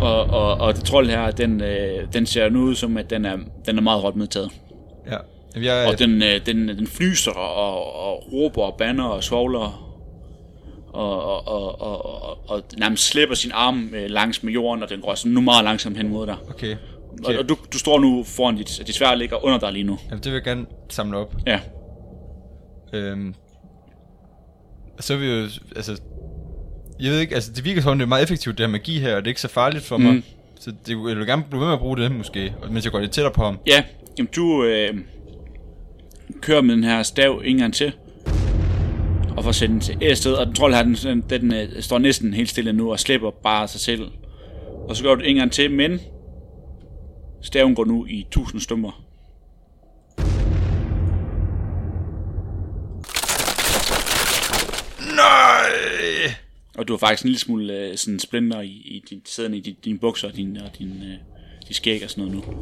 S1: Og, og, og det trold her, den, øh, den ser nu ud som, at den er, den er meget hårdt medtaget.
S2: ja. Jamen, jeg,
S1: Og den, øh, den, den fnyser og, og råber og banner og svogler. Og, og, og, og, og, og nærmest slipper sin arm øh, langs med jorden, og den går sådan nu meget langsomt hen mod dig.
S2: okay,
S1: Og, og du, du står nu foran dit, dit svær ligger under dig lige nu.
S2: jamen, det vil jeg gerne samle op.
S1: Ja.
S2: Øhm, så er vi jo, altså, jeg ved ikke, altså det virker sådan, det er meget effektivt, det her magi her, og det er ikke så farligt for mm. mig. Så det, jeg vil gerne blive ved med at bruge det, måske, og- mens jeg går lidt tættere på ham.
S1: Ja, jamen du øh, kører med den her stav en gang til, og får sendt den til et sted, og den trold her, den, den, den øh, står næsten helt stille nu, og slipper bare sig selv. Og så gør du det en gang til, men staven går nu i tusind stumper.
S2: Nej!
S1: Og du har faktisk en lille smule øh, sådan splinter i, i din, siddende i din, dine bukser og din, og din, øh, din skæg og sådan noget nu.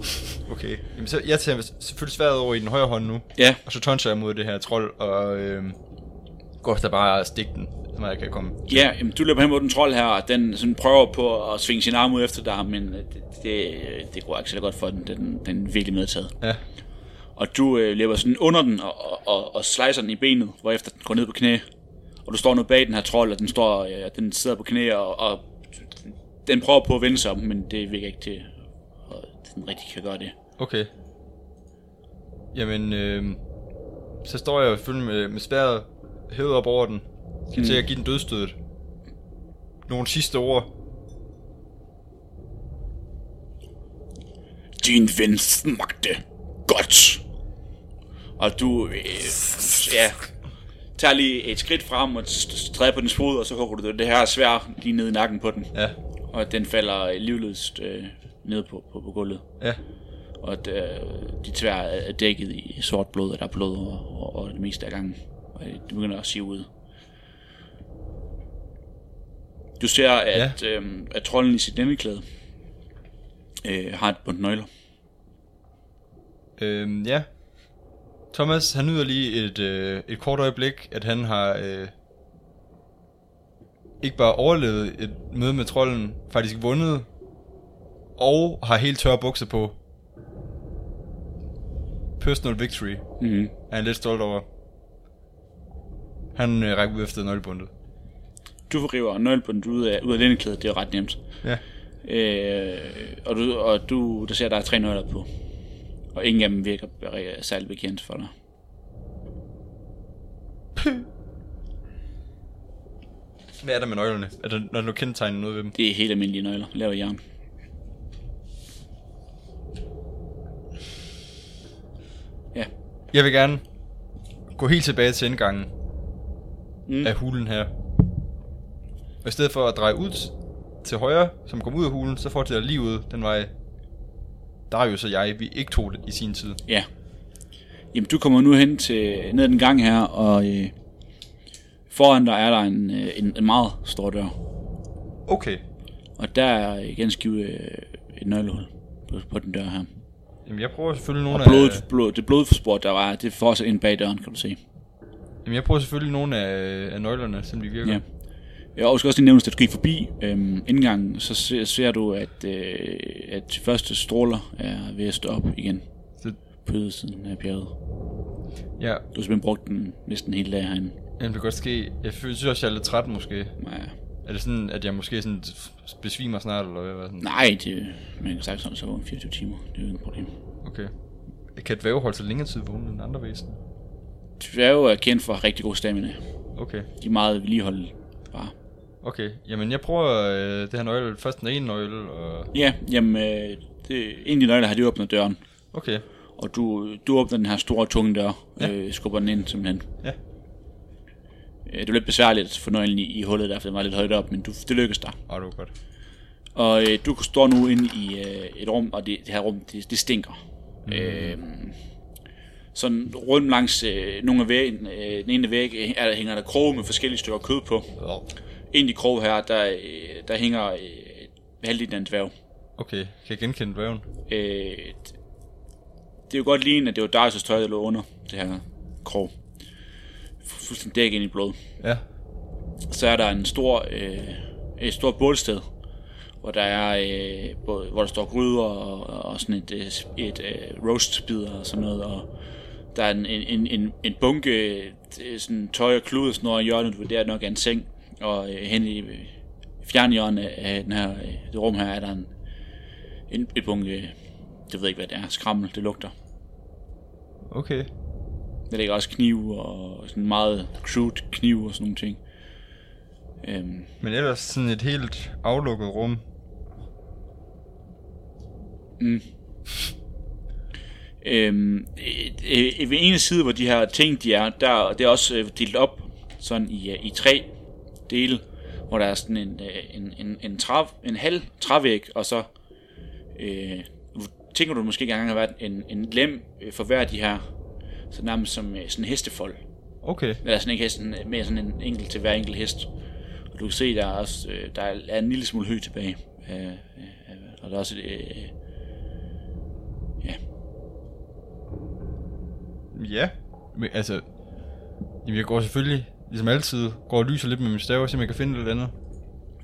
S2: Okay, Jamen, så jeg tager selvfølgelig sværet over i den højre hånd nu,
S1: Ja,
S2: og så tonser jeg mod det her trold, og øhm, går efter bare at stikke den, så meget jeg kan komme.
S1: ja jamen, du løber hen mod den trold her, og den sådan prøver på at svinge sin arm ud efter dig, men øh, det, det, det går ikke så godt for den. Den, den er virkelig medtaget.
S2: Ja,
S1: Og du øh, løber sådan under den og, og, og, og slicer den i benet, hvorefter den går ned på knæ. Og du står nu bag den her trold, og den, står, øh, den sidder på knæ, og, og den prøver på at vende sig om, men det virker ikke til, at den rigtig kan gøre det.
S2: okay. Jamen, øhm, så står jeg jo selvfølgelig med, med sværet hævet op over den, kan til at give den dødstødet. Nogle sidste ord.
S1: Din ven smagte godt. Og du, øh, ja, tager lige et skridt frem og st- træder på dens fod, og så hugger du det her svær lige ned i nakken på den.
S2: Ja,
S1: Og den falder livløst øh, ned på, på, på gulvet.
S2: ja,
S1: og at øh, de tvær er dækket i sort blod, og der er blod og, og, og det meste af gangen. Og øh, det begynder at sive ud. Du ser, at, ja. øh, at trolden i sit nemmeklæde øh, har et bundt nøgler.
S2: øhm, ja. Thomas, han nyder lige et, øh, et kort øjeblik, at han har øh, ikke bare overlevet et møde med trolden, faktisk vundet, og har helt tørre bukser på. Personal victory
S1: Mm-hmm.
S2: er han lidt stolt over. Han øh, rækker ud efter nøglebundet.
S1: Du river nøglebundet ud af, ud af lindeklædet, det er ret nemt.
S2: Ja.
S1: Øh, og, du, og du, der ser, at der er tre nøgler på. Og ingen af dem virker øh, særlig bekendt for dig.
S2: Hvad er der med nøglerne? Er der, er der noget kendetegnende noget ved dem?
S1: Det er helt almindelige nøgler, lavet af jern. Ja.
S2: Jeg vil gerne gå helt tilbage til indgangen mm. af hulen her. Og i stedet for at dreje ud t- til højre, som kom ud af hulen, så fortsætter lige ud den vej. Darius og jeg, vi ikke tog det i sin tid.
S1: Ja. Jamen, du kommer nu hen til ned ad den gang her, og øh, foran dig er der en, øh, en, en meget stor dør.
S2: Okay.
S1: Og der er igen skivet øh, et nøglehul på, på den dør her.
S2: Jamen, jeg prøver selvfølgelig nogle
S1: Og blodet,
S2: af...
S1: blod, det blodspor, der var, det er fortsat ind bag døren, kan du se.
S2: Jamen, jeg prøver selvfølgelig nogle af, af nøglerne, som de virker.
S1: Ja. Jeg skal også lige nævne, at du gik forbi øhm, indgangen, så ser, ser du, at, øh, at de første stråler er ved at stå op igen
S2: Så,
S1: på ydersiden af bjerget.
S2: ja,
S1: Du har simpelthen brugt den næsten hele dag herinde.
S2: jamen, det kan godt ske. Jeg føler- synes også, jeg er lidt træt måske.
S1: Ja.
S2: Er det sådan, at jeg måske sådan f- besvimer snart, eller hvad? Sådan?
S1: Nej, det, man kan sagt sådan, så var 24 timer. Det er jo ikke et problem.
S2: Okay. Kan dvæve holde sig længere tid vågen end andre væsener?
S1: Dværge er øh, kendt for rigtig god stamina.
S2: Okay.
S1: De er meget vedligeholdt bare.
S2: Okay, jamen jeg prøver øh, det her nøgle, først den ene nøgle, og...
S1: Ja, jamen, øh, det, en af de nøgler har de åbnet døren.
S2: Okay,
S1: Og du, du åbner den her store, tunge dør.
S2: Ja.
S1: Ja. Øh, skubber den ind, simpelthen.
S2: ja.
S1: Øh, det var lidt besværligt at få nøglen i, i hullet der, for den var lidt højt op, men du, det lykkedes dig.
S2: Åh, det var godt.
S1: Og øh, du står nu inde i øh, et rum, og det, det her rum, det, det stinker. Mm. Øh, sådan rundt langs øh, nogle af væggen, øh, den ene væg øh, er, der hænger der kroge med forskellige stykker kød på. En af de kroge her, der, øh, der hænger øh, halvdelen af en dværg.
S2: Okay, kan jeg genkende dvæven?
S1: Øh, det er jo godt lignende, at det var Darius' tøj, der lå under det her krog. Fu- Fuldstændig dækket ind i blod.
S2: Ja.
S1: så er der en stor, øh, et stort bålsted, hvor der er, øh, både, hvor der står gryder og, og sådan et, øh, et øh, roastbider og sådan noget, og der er en, en, en, en bunke øh, sådan tøj og klud og sådan noget i hjørnet, hvor det er nok er en seng, og øh, hen i øh, fjernhjørnet af den her, øh, det rum her er der en, en, en bunke, øh, det ved jeg ikke hvad det er, skrammel, det lugter.
S2: Okay.
S1: Der ligger også knive og sådan meget crude knive og sådan nogle ting. Øhm,
S2: Men ellers sådan et helt aflukket rum.
S1: Øhm, øh, øh, ved ene side, hvor de her ting de er, der det er også øh, delt op sådan i, øh, i tre dele, hvor der er sådan en, øh, en, en, en, trav, en halv trævæg, og så øh, nu tænker du måske ikke engang har været en, en lem øh, for hver af de her, så nærmest som øh, sådan en hestefold.
S2: Okay,
S1: Eller sådan ikke hesten, øh, mere sådan en enkelt til hver enkelt hest. Og du kan se, der er, også, øh, der er en lille smule hø tilbage. Øh, øh, øh, og der er også et, øh, ja,
S2: ja. Men altså, jamen jeg går selvfølgelig, ligesom altid, går og lyser lidt med min stav, så jeg kan finde et eller andet.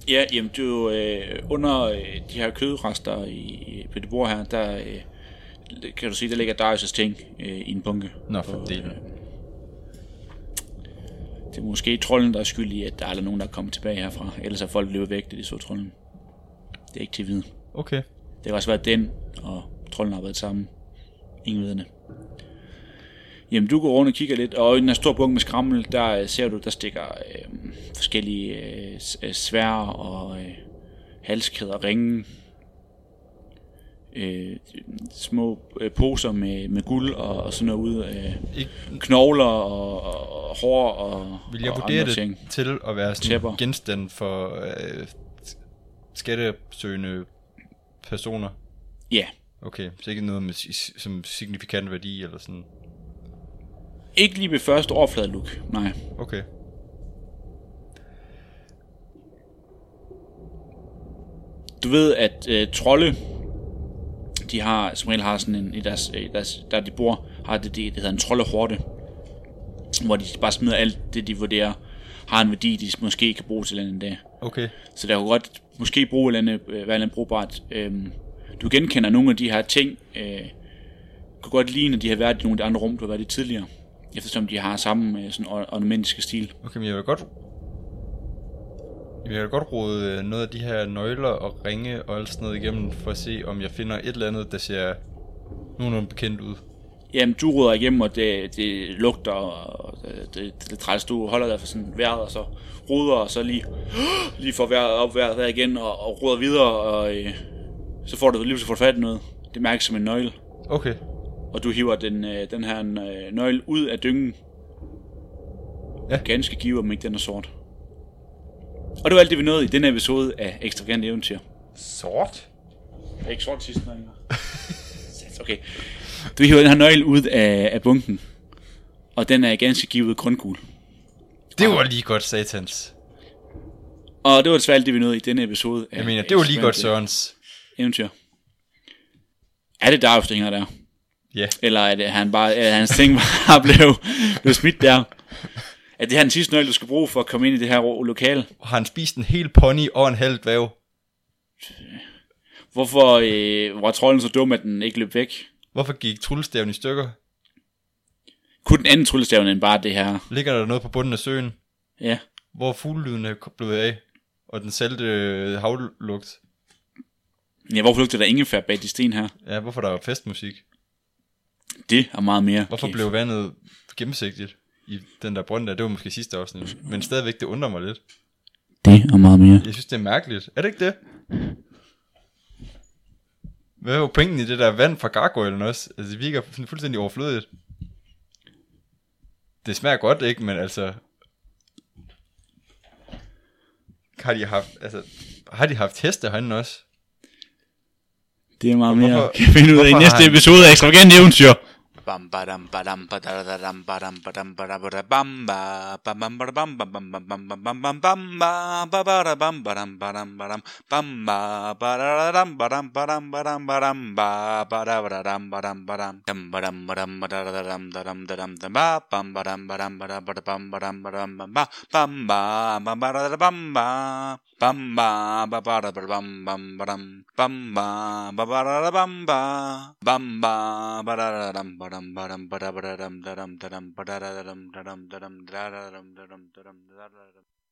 S1: Ja, jamen det er jo øh, under øh, de her kødrester i, i, på det bord her, der øh, kan du se, der ligger Darius' ting øh, i en bunke. øh,
S2: Nå, for det.
S1: Det er måske trolden, der er skyld i, at der er aldrig nogen, der er kommet tilbage herfra. Ellers er folk løbet væk, da de så trolden. Det er ikke til at vide.
S2: Okay.
S1: Det kan også være at den, og trolden har været sammen. Ingen ved det. Jamen, du går rundt og kigger lidt, og i den her store bunke med skrammel, der øh, ser du, der stikker øh, forskellige øh, s- øh, svær og øh, halskæder, ringe, øh, små øh, poser med, med guld og, og sådan noget ud, øh,
S2: Ikke,
S1: knogler og, og, og hår og,
S2: vil jeg
S1: og
S2: vurdere
S1: andre
S2: det
S1: ting.
S2: til at være sådan
S1: Tæpper.
S2: en genstand for øh, skattesøgende personer?
S1: Ja,
S2: Okay, så ikke noget med si- som signifikant værdi eller sådan.
S1: ikke lige ved første overflade, Luke. Nej.
S2: Okay.
S1: du ved, at øh, trolde, de har, som regel har sådan en, i deres, i deres, der de bor, har det, det, det hedder en troldehorte, hvor de bare smider alt det, de vurderer, har en værdi, de måske kan bruge til en anden dag.
S2: Okay.
S1: Så der kunne godt måske bruge et eller andet, øh, være et eller andet brugbart. Øhm, du genkender nogle af de her ting, øh, kunne godt ligne, at de har været i nogle af de andre rum, du har været i tidligere, eftersom de har samme øh, sådan or- ornamentiske stil.
S2: Okay, men jeg vil godt... Jeg vil godt rode øh, noget af de her nøgler og ringe og alt sådan noget igennem, for at se, om jeg finder et eller andet, der ser nogenlunde bekendt ud.
S1: Jamen, du rydder igennem, og det, det lugter, og det, det, det er træls. Du holder dig for sådan vejret, og så ruder, og så lige, lige får vejret op, vejret vejret igen, og, og ruder videre, og øh, så får du lige så får du fat i noget. Det mærkes som en nøgle.
S2: Okay.
S1: og du hiver den, øh, den her øh, nøgle ud af dyngen.
S2: Ja.
S1: Ja. Ganske givet, om ikke den er sort. Og det var alt det, vi nåede i denne episode af Ekstravagant Eventyr.
S4: Sort?
S1: Jeg er ikke sort sidst, nej. okay. Du hiver den her nøgle ud af, af bunken, og den er ganske givet grundgul.
S2: Det var lige godt satans.
S1: Og det var desværre alt det, vi nåede i denne episode af
S2: Jeg mener, det var lige godt
S1: Ekstravagant
S2: Sørens.
S1: Eventyr. Er det Darf, der hænger der?
S2: Ja.
S1: Eller er det, han bare, eller hans ting bare blev, blev smidt der? Er det her den sidste nøgle, du skal bruge for at komme ind i det her ro- lokale?
S2: Har han spist en hel pony og en halv dværg?
S1: Hvorfor øh, var trolden så dum, at den ikke løb væk?
S2: Hvorfor gik tryllestaven i stykker?
S1: Kunne den anden tryllestaven end bare det her?
S2: Ligger der noget på bunden af søen,
S1: Ja.
S2: hvor fuglelyden er blevet af? Og den salte øh, havlugt.
S1: ja hvorfor lugter der ingefær bag de sten her?
S2: Ja, hvorfor der var festmusik?
S1: Det og meget mere.
S2: Hvorfor
S1: Kæft.
S2: blev vandet gennemsigtigt i den der brønd der? Det var måske sidste afsnit. Men stadigvæk, det undrer mig lidt.
S1: det og meget mere?
S2: Jeg synes, det er mærkeligt. Er det ikke det? Hvad var pointen i det der vand fra gargoylen også? Altså, det virker sådan fuldstændig overflødigt. Det smager godt, ikke? Men altså... Har de haft, altså, har de haft heste herinde også?
S1: Det er meget
S2: Hvorfor-
S1: mere. Kan vi finde ud af i
S2: hvorfor
S1: næste
S2: har han-
S1: episode af Ekstravagant Eventyr.
S3: Bam badam badam badadadam badam badam badabada bam ba bam bam badam bam bam bam bam bam bam bam bam ba babada bam badam badam badam bam ba badadadam badam badam badam badam ba badabadam badam badam dam badam badam badadadam dadam dadam dam ba bam badam badam badabada bam badam badam bam ba bam ba bam badada bam ba bam ba babada bam bam badam bam ba babada bam ba bam ba badadadam badam badam badabadam dadam dadam badadadam dadam dadam dadam dadam dadam dadam dadam